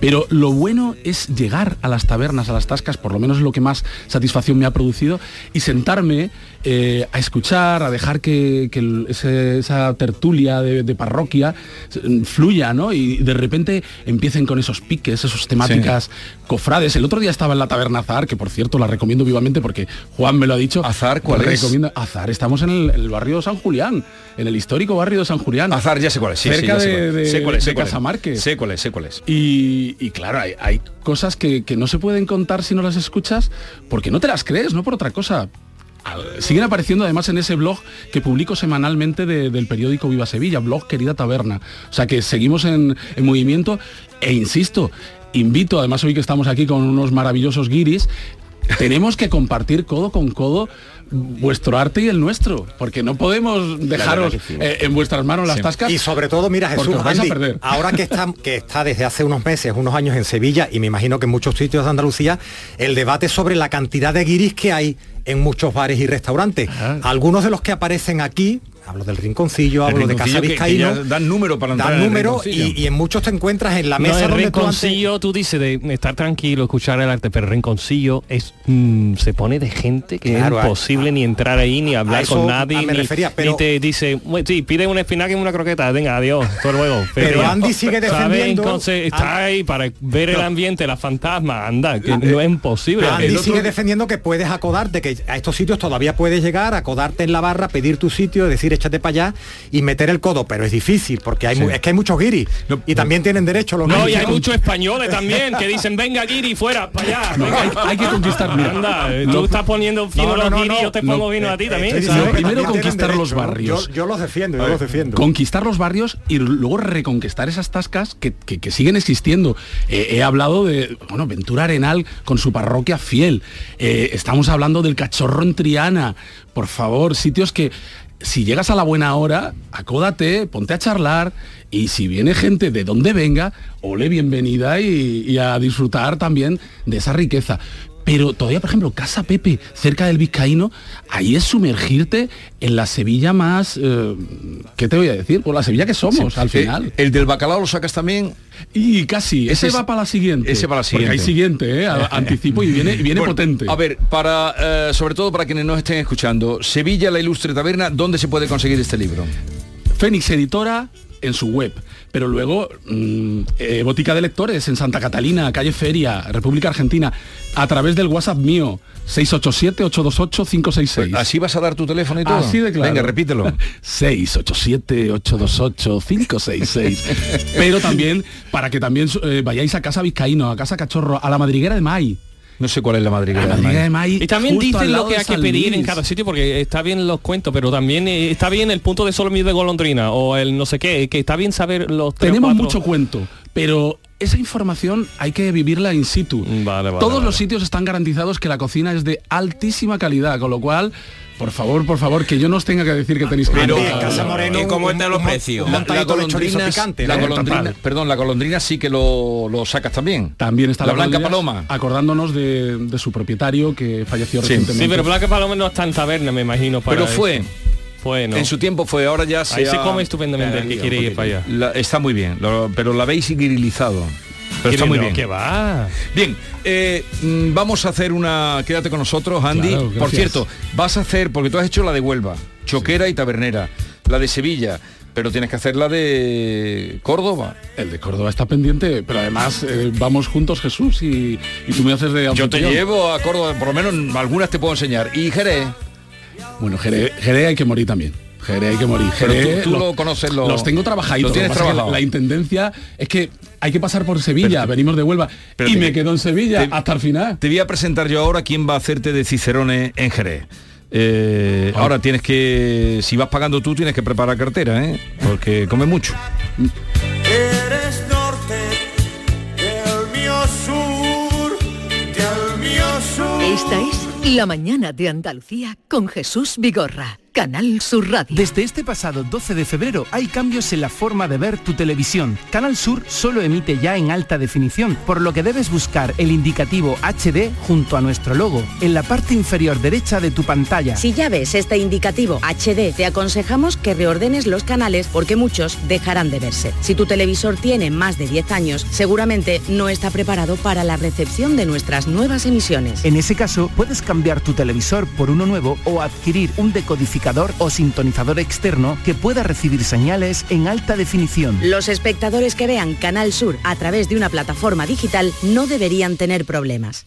S8: Pero lo bueno es llegar a las tabernas, a las tascas, por lo menos es lo que más satisfacción me ha producido, y sentarme eh, a escuchar, a dejar que, que el- ese- esa tertulia de, de parroquia eh, fluya, ¿no? Y de repente empiecen con esos piques, esos temáticas cofrades. El otro día estaba en la taberna Azar, que por cierto la recomiendo vivamente porque Juan me lo ha dicho. Azar,
S3: ¿cuál es?
S8: recomiendo Azar, estamos en el, en el barrio San Julián, en el histórico barrio de San Julián.
S3: Azar, ya sé cuál es. sí, sí,
S8: cerca
S3: ya sé
S8: de,
S3: cuál es.
S8: de-
S3: Sé cuál es, sé
S8: de
S3: cuál es.
S8: Casamarque.
S3: Sé cuál es, sé cuál es.
S8: Y, y claro, hay, hay cosas que, que no se pueden contar si no las escuchas porque no te las crees, no por otra cosa. Al- Ah, Siguen apareciendo además en ese blog que publico semanalmente de- del periódico Viva Sevilla, blog Querida Taberna. O sea que seguimos en, en movimiento e insisto, invito, además hoy que estamos aquí con unos maravillosos guiris, tenemos que compartir codo con codo vuestro arte y el nuestro, porque no podemos dejaros
S23: que sí.
S8: eh, en vuestras manos las
S23: Sí.
S8: tascas.
S23: Y sobre todo, mira
S8: porque
S23: Jesús,
S8: os vais a
S23: Andy,
S8: perder.
S23: ahora que está, que está desde hace unos meses, unos años en Sevilla y me imagino que en muchos sitios de Andalucía, el debate sobre la cantidad de guiris que hay en muchos bares y restaurantes. Algunos de los que aparecen aquí, hablo del Rinconcillo,
S3: Ah. El
S23: hablo de
S3: Rinconcillo
S23: Casa
S3: que- que
S23: Vizcaíno,
S3: ya dan número para entrar en
S23: dan
S3: el
S23: número
S3: Rinconcillo.
S23: y, y en muchos te encuentras en la mesa
S6: no, el
S23: donde tú antes-
S6: rinconcillo, tú, dices de estar tranquilo, escuchar el arte, pero el rinconcillo es mm, se pone de gente que
S23: Claro,
S6: es
S23: a-
S6: imposible ni entrar ahí, ni hablar
S23: eso
S6: con nadie,
S23: a- me
S6: ni,
S23: refería,
S6: ni
S23: pero-
S6: te dice, "Bueno, sí, pide una espinaca y una croqueta, venga, adiós, todo luego.
S23: [LAUGHS] Pero Andy sigue
S6: ¿sabes?
S23: defendiendo-
S6: Entonces está ahí para ver el ambiente, la fantasma, anda, que no es imposible.
S23: eh, Andy
S6: El otro-
S23: sigue defendiendo que puedes acodarte, que a estos sitios todavía puedes llegar, acodarte en la barra, pedir tu sitio, decir échate para allá y meter el codo, pero es difícil porque hay mu- es que hay muchos guiris y también tienen derecho los
S6: No,
S23: guiris.
S6: y hay muchos españoles también que dicen, venga Giri, fuera, para allá. venga".
S8: Hay que conquistar, mira.
S6: Anda, eh, tú
S8: Lo-
S6: estás poniendo fino
S8: No,
S6: a los
S8: no, no,
S6: guiris,
S8: no.
S6: yo te pongo
S8: Lo-
S6: vino a ti
S8: eh,
S6: también.
S8: eh,
S6: ¿sabes?
S8: lo primero conquistar los barrios.
S23: Yo, yo los defiendo, yo los defiendo.
S8: Conquistar los barrios y luego reconquistar esas tascas que, que- que siguen existiendo. Eh, he hablado de, bueno, Ventura Arenal con su parroquia fiel. Eh, estamos hablando del cachorro en Triana. Por favor, sitios que... Si llegas a la buena hora, acódate, ponte a charlar y si viene gente de donde venga, ole bienvenida y, y a disfrutar también de esa riqueza. Pero todavía, por ejemplo, Casa Pepe, cerca del Vizcaíno, ahí es sumergirte en la Sevilla más... eh, ¿Qué te voy a decir? Pues la Sevilla que somos,
S3: Sí.
S8: al
S3: Eh,
S8: final.
S3: el del bacalao lo sacas también.
S8: Y casi, ese,
S3: es-
S8: va para la siguiente.
S3: Ese para la siguiente.
S8: Porque hay siguiente,
S3: [LAUGHS]
S8: ¿eh? A- Anticipo y viene, y viene
S3: Bueno,
S8: potente.
S3: A ver, para eh, sobre todo para quienes nos estén escuchando, Sevilla, la ilustre taberna, ¿dónde se puede conseguir este libro?
S8: Fénix Editora en su web, pero luego mm, eh, Botica de Lectores en Santa Catalina, Calle Feria, República Argentina, a través del WhatsApp mío, 687-828-566.
S3: Pues Así vas a dar tu teléfono y todo.
S8: Así de claro.
S3: Venga, repítelo.
S8: [LAUGHS] 687-828-566. [LAUGHS] Pero también, para que también eh, vayáis a Casa Vizcaíno, a Casa Cachorro, a la madriguera de May.
S3: No sé cuál es la madriguera,
S8: de May.
S6: Y también
S8: justo al
S6: dicen lo
S8: lado
S6: que
S8: de
S6: hay que
S8: San
S6: pedir en
S8: Luis.
S6: cada sitio, porque está bien los cuentos, pero también eh, está bien el punto de solo de golondrina o el no sé qué, que está bien saber los tres o
S8: Tenemos
S6: cuatro-
S8: mucho cuento, pero esa información hay que vivirla in situ.
S6: vale,
S8: Todos
S6: vale.
S8: los sitios están garantizados que la cocina es de altísima calidad, con lo cual, por favor, por favor, que yo no os tenga que decir que tenéis que
S3: Ah, Pero-
S8: comprar.
S5: ¿Y cómo están los precios?
S3: La, la golondrina, la golondrina, perdón, la golondrina sí que lo, lo sacas también.
S8: También está
S3: la blanca
S8: Golondrina,
S3: paloma.
S8: Acordándonos de, de su propietario que falleció
S6: Sí,
S8: recientemente.
S6: Sí, pero Blanca Paloma no está en taberna, me imagino. para
S3: Pero fue.
S6: eso. Fue, ¿no?
S3: En su tiempo fue, ahora ya se
S6: Ahí se
S3: ha-
S6: come estupendamente, el que quiere ir para
S3: [LAUGHS]
S6: allá.
S3: La- está muy bien, lo- pero la habéis grilizado. Pero está
S6: Quiere-
S3: muy
S6: no,
S3: bien.
S6: que va.
S3: Bien, eh, mm, vamos a hacer una... Quédate con nosotros, Andy.
S6: Claro,
S3: Por
S6: gracias.
S3: cierto, vas a hacer, porque tú has hecho la de Huelva, Choquera y Tabernera, la de Sevilla, pero tienes que hacer la de Córdoba.
S8: El de Córdoba está pendiente, pero además eh, vamos juntos, Jesús, y, y tú me haces de
S3: Yo te
S8: anfitrión.
S3: llevo a Córdoba, por lo menos algunas te puedo enseñar. Y Jerez,
S8: Bueno, Jerez, Jerez hay que morir también. Jerez hay que morir.
S3: Pero tú-
S8: Jerez,
S3: tú lo conoces, lo-
S8: los tengo trabajaditos.
S3: lo tienes
S8: que pasa es que
S3: trabajado.
S8: La intendencia es que hay que pasar por Sevilla, venimos de Huelva y me quedo en Sevilla hasta el final.
S3: te voy a presentar yo ahora quién va a hacerte de Cicerone en Jerez. Eh, ahora tienes que, si vas pagando tú, tienes que preparar cartera, ¿eh? porque come mucho.
S21: Eres norte del mío sur, del mío
S2: [LAUGHS]
S21: sur.
S2: Esta es La Mañana de Andalucía con Jesús Vigorra, Canal Sur Radio.
S9: Desde este pasado 12 de febrero hay cambios en la forma de ver tu televisión. Canal Sur solo emite ya en alta definición, por lo que debes buscar el indicativo HD junto a nuestro logo, en la parte inferior derecha de tu pantalla.
S10: Si ya ves este indicativo HD, te aconsejamos que reordenes los canales porque muchos dejarán de verse. Si tu televisor tiene más de 10 años, seguramente no está preparado para la recepción de nuestras nuevas emisiones.
S9: En ese caso, puedes cambiar tu televisor por uno nuevo o adquirir un decodificador o sintonizador externo que pueda recibir señales en alta definición.
S10: Los espectadores que vean Canal Sur a través de una plataforma digital no deberían tener problemas.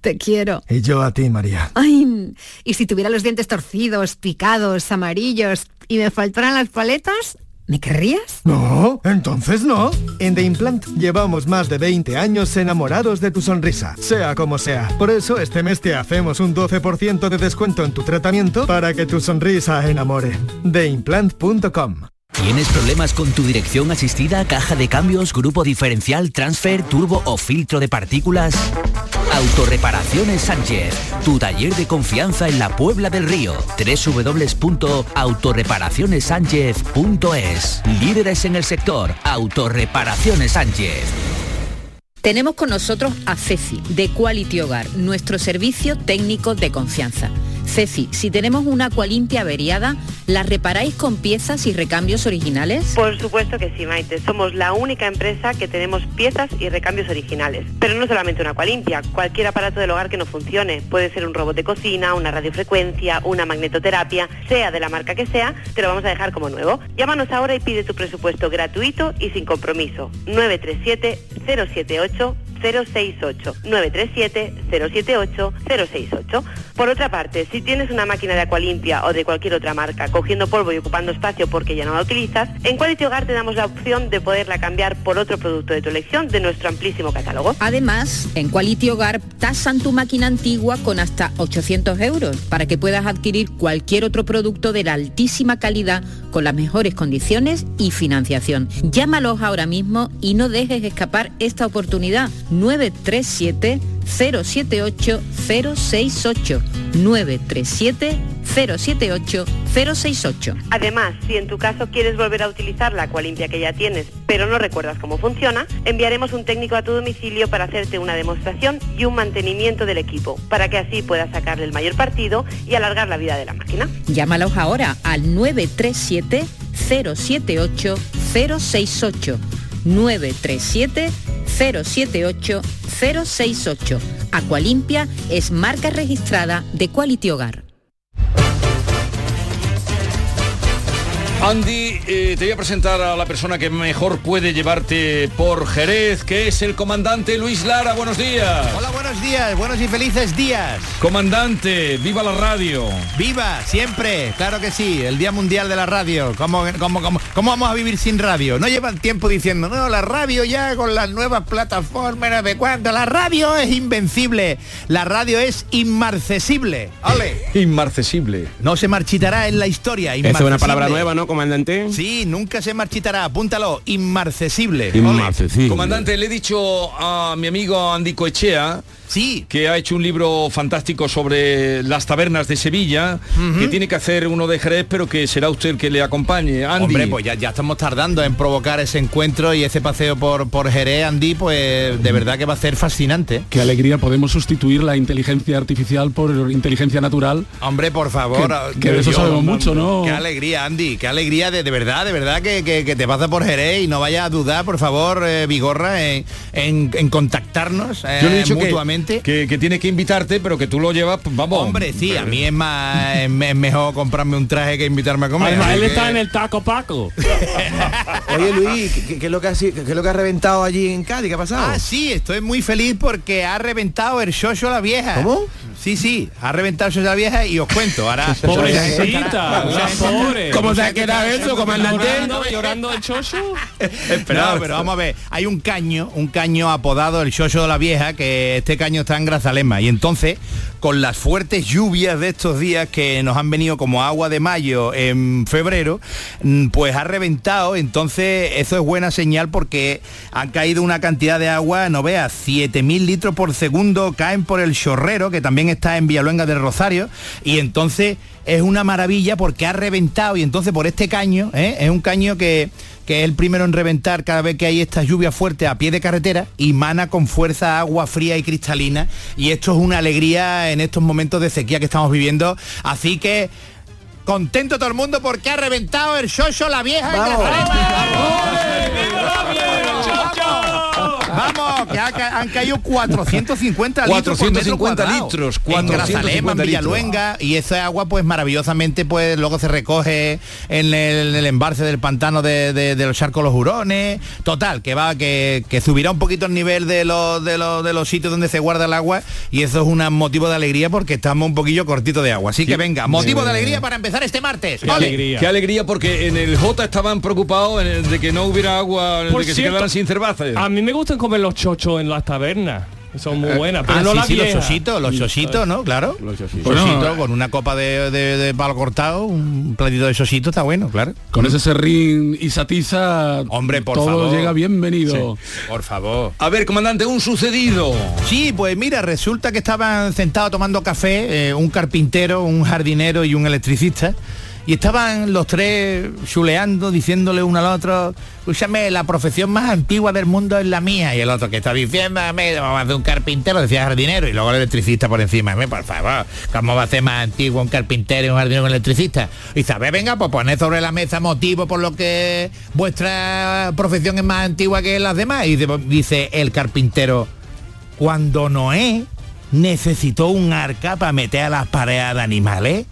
S24: te quiero.
S25: Y yo a ti, María.
S24: [LAUGHS] Ay, y si tuviera los dientes torcidos, picados, amarillos y me faltaran las paletas, ¿me querrías?
S25: No, entonces no. En The Implant llevamos más de 20 años enamorados de tu sonrisa, sea como sea. Por eso este mes te hacemos un 12% de descuento en tu tratamiento para que tu sonrisa enamore. TheImplant.com
S26: ¿Tienes problemas con tu dirección asistida, caja de cambios, grupo diferencial, transfer, turbo o filtro de partículas? Autorreparaciones Sánchez, tu taller de confianza en la Puebla del Río. www.autorreparacionessánchez.es Líderes en el sector, Autorreparaciones Sánchez.
S19: Tenemos con nosotros a Ceci, de Quality Hogar, nuestro servicio técnico de confianza. Ceci, si tenemos una Aqualimpia averiada, ¿la reparáis con piezas y recambios originales?
S27: Por supuesto que sí, Maite. Somos la única empresa que tenemos piezas y recambios originales. Pero no solamente una limpia, cualquier aparato del hogar que no funcione. Puede ser un robot de cocina, una radiofrecuencia, una magnetoterapia, sea de la marca que sea, te lo vamos a dejar como nuevo. Llámanos ahora y pide tu presupuesto gratuito y sin compromiso. 937 078 068 937 078 068. Por otra parte, si tienes una máquina de Aqualimpia o de cualquier otra marca cogiendo polvo y ocupando espacio porque ya no la utilizas, en Quality Hogar te damos la opción de poderla cambiar por otro producto de tu elección de nuestro amplísimo catálogo.
S19: Además, en Quality Hogar tasan tu máquina antigua con hasta 800 euros para que puedas adquirir cualquier otro producto de la altísima calidad con las mejores condiciones y financiación. Llámalos ahora mismo y no dejes escapar esta oportunidad. 937 078 068 937 078 068
S27: Además, si en tu caso quieres volver a utilizar la Aqualimpia que ya tienes, pero no recuerdas cómo funciona, enviaremos un técnico a tu domicilio para hacerte una demostración y un mantenimiento del equipo, para que así puedas sacarle el mayor partido y alargar la vida de la máquina.
S19: Llámalos ahora al 937 078 068 937 078 068. Aqualimpia es marca registrada de Quality Hogar.
S3: Andy, eh, te voy a presentar a la persona que mejor puede llevarte por Jerez, que es el comandante Luis Lara. Buenos días.
S1: Hola, buenos días, buenos y felices días.
S3: Comandante, viva la radio.
S1: Viva, siempre, claro que sí, el Día Mundial de la Radio. ¿Cómo, cómo, cómo, cómo vamos a vivir sin radio? No llevan tiempo diciendo, no, la radio ya con las nuevas plataformas, no de cuándo. La radio es invencible, la radio es inmarcesible. ¡Ole!
S3: Inmarcesible.
S1: No se marchitará en la historia.
S5: Esa es una palabra
S1: inmarcesible.
S5: nueva, ¿no, comandante?
S1: Sí, nunca se marchitará, apúntalo, inmarcesible. Ole.
S5: Inmarcesible.
S3: Comandante, le he dicho a mi amigo Andy Coechea que ha hecho un libro fantástico sobre las tabernas de Sevilla, que tiene que hacer uno de Jerez, pero que será usted el que le acompañe. Andy.
S1: Hombre, pues ya, ya estamos tardando en provocar ese encuentro y ese paseo por, por Jerez, Andy, pues de verdad que va a ser fascinante.
S8: Qué alegría podemos sustituir la inteligencia artificial por inteligencia natural.
S1: Hombre, por favor.
S8: Que- que de eso sabemos mucho, ¿no?
S1: Qué alegría, Andy, qué alegría, de, de verdad, de verdad, que, que- que te pasa por Jerez y no vayas a dudar, por favor, eh, Vigorra, en, en- en contactarnos eh,
S3: Yo le he dicho que-
S1: mutuamente.
S3: que, que tiene que invitarte, pero que tú lo llevas, pues, vamos.
S1: Hombre, sí, a mí es más es, me- es mejor comprarme un traje que invitarme a comer.
S7: Además,
S1: así
S7: él
S1: que-
S7: está en
S6: el taco Paco.
S7: Oye Luis, ¿qué, qué es lo que ha, sido- qué es lo que ha reventado allí en Cádiz? ¿Qué ha pasado?
S1: Ah, sí, estoy muy feliz porque ha reventado el Shosho la vieja. ¿Cómo? Sí, sí, ha reventado el Shosho la vieja y os cuento. Ahora
S5: [LAUGHS]
S3: [LAUGHS]
S5: Pobrecita, la pobre. ¿Cómo se ha quedado eso, comandante?
S1: Llorando,
S6: el chocho.
S1: No, pero vamos a ver, hay un caño, un caño apodado el Shosho de la Vieja, que este caño está en Grazalema. Y entonces, con las fuertes lluvias de estos días que nos han venido como agua de mayo en febrero, mm, pues ha reventado. Entonces, eso es buena señal porque han caído una cantidad de agua, no veas, 7.000 litros por segundo caen por el chorrero, que también está en Villaluenga del Rosario. Y entonces es una maravilla porque ha reventado y entonces por este caño, ¿eh? es un caño que, que es el primero en reventar cada vez que hay esta lluvia fuerte a pie de carretera y mana con fuerza agua fría y cristalina y esto es una alegría en estos momentos de sequía que estamos viviendo, así que contento todo el mundo porque ha reventado el Xoxo la vieja en Vamos, que ha ca- han caído 450 litros por
S3: 450
S1: metro cuadrado.
S3: litros,
S1: en
S3: 450
S1: Grazalema, en
S3: litros.
S1: Villaluenga, y esa agua pues maravillosamente pues luego se recoge en el, en el embalse del pantano de, de- de los charcos Los Hurones. Total, que va, que, que subirá un poquito el nivel de los, de, los, de los sitios donde se guarda el agua y eso es un motivo de alegría porque estamos un poquillo cortitos de agua. Así que venga, motivo
S8: Eh,
S1: de alegría para empezar este martes.
S3: Qué
S1: ¡Ole!
S3: alegría. Qué alegría porque en el J estaban preocupados en el de que no hubiera agua, de
S6: Por
S3: que se
S6: cierto, ah,
S3: quedaran sin cervezas.
S6: A mí me gustan comer los chochos en las tabernas. Son muy buenas, pero
S1: Ah,
S6: no
S1: sí,
S6: las
S1: sí, los
S6: viejas.
S1: chositos, los chositos, ¿no? Claro. Los Sosito, con
S8: eh,
S1: una copa de, de- de palo cortado, un platito de sosito está bueno, claro.
S8: Con ese serrín y satiza, hombre,
S1: por
S8: todo
S1: favor.
S8: llega bienvenido.
S1: Por favor.
S3: A ver, comandante, un sucedido.
S1: Sí, pues mira, resulta que estaban sentados tomando café eh, un carpintero, un jardinero y un electricista. Y estaban los tres chuleando, diciéndole uno al otro, escúchame, la profesión más antigua del mundo es la mía. Y el otro que está diciendo, "Me- vamos a hacer un carpintero, decía jardinero, y luego el electricista por encima, "Me, por favor, ¿cómo va a ser más antiguo un carpintero y un jardinero con electricista? Y sabe, venga, pues poned sobre la mesa motivo por lo que vuestra profesión es más antigua que las demás. Y dice- dice el carpintero, cuando Noé necesitó un arca para meter a las parejas de animales,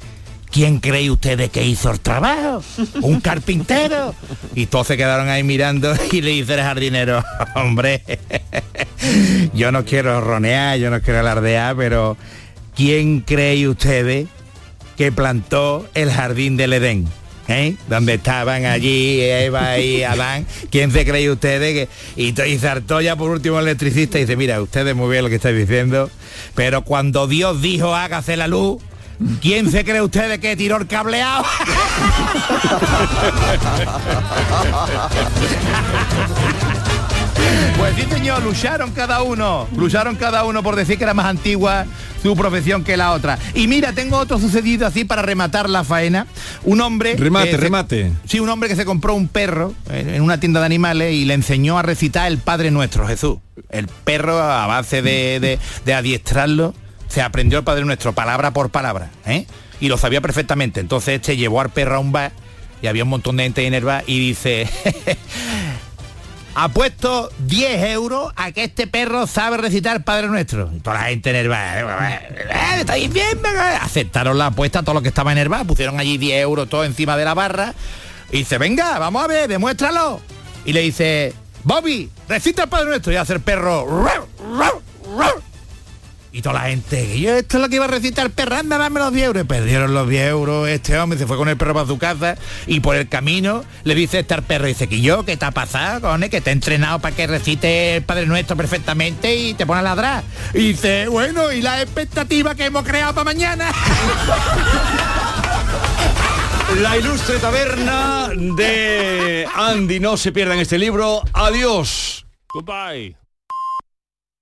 S1: ¿Quién cree ustedes que hizo el trabajo? ¿Un carpintero? Y todos se quedaron ahí mirando y le dice el jardinero, [LAUGHS] hombre, yo no quiero ronear, yo no quiero alardear, pero ¿quién cree ustedes que plantó el jardín del Edén? ¿Eh? Donde estaban allí Eva y Adán. ¿Quién se cree ustedes que.? Y, to- y zartó ya por último el electricista y dice, mira, ustedes muy bien lo que estáis diciendo, pero cuando Dios dijo hágase la luz, ¿quién se cree ustedes que tiró el cableado? Pues sí, señor, lucharon cada uno, lucharon cada uno por decir que era más antigua su profesión que la otra. Y mira, tengo otro sucedido así para rematar la faena. Un hombre...
S3: Remate,
S1: que se-
S3: remate.
S1: sí, un hombre que se compró un perro en en una tienda de animales y le enseñó a recitar el Padre Nuestro, Jesús. El perro a base de, de- de adiestrarlo, se aprendió el Padre Nuestro, palabra por palabra, ¿eh? Y lo sabía perfectamente. Entonces este llevó al perro a un bar y había un montón de gente en el bar y dice... ha puesto 10 euros a que este perro sabe recitar Padre Nuestro. Y toda la gente enervada. "Eh, ¿Estáis bien? venga". Aceptaron la apuesta, todo lo que estaba enervado, pusieron allí 10 euros todo encima de la barra. Y dice, venga, vamos a ver, demuéstralo. Y le dice, Bobby, recita el Padre Nuestro. Y hace el perro. "Ruau, ruau, ruau". Y toda la gente, que yo esto es lo que iba a recitar el perro, anda, dame los 10 euros. Y Perdieron los 10 euros, este hombre se fue con el perro para su casa y por el camino le dice este al perro, dice, que yo, ¿qué te ha pasado, cone? Que te he entrenado para que recite el Padre Nuestro perfectamente y te pone a ladrar. Y dice, bueno, y la expectativa que hemos creado para mañana.
S3: La ilustre taberna de Andy. No se pierdan este libro. Adiós.
S6: Goodbye.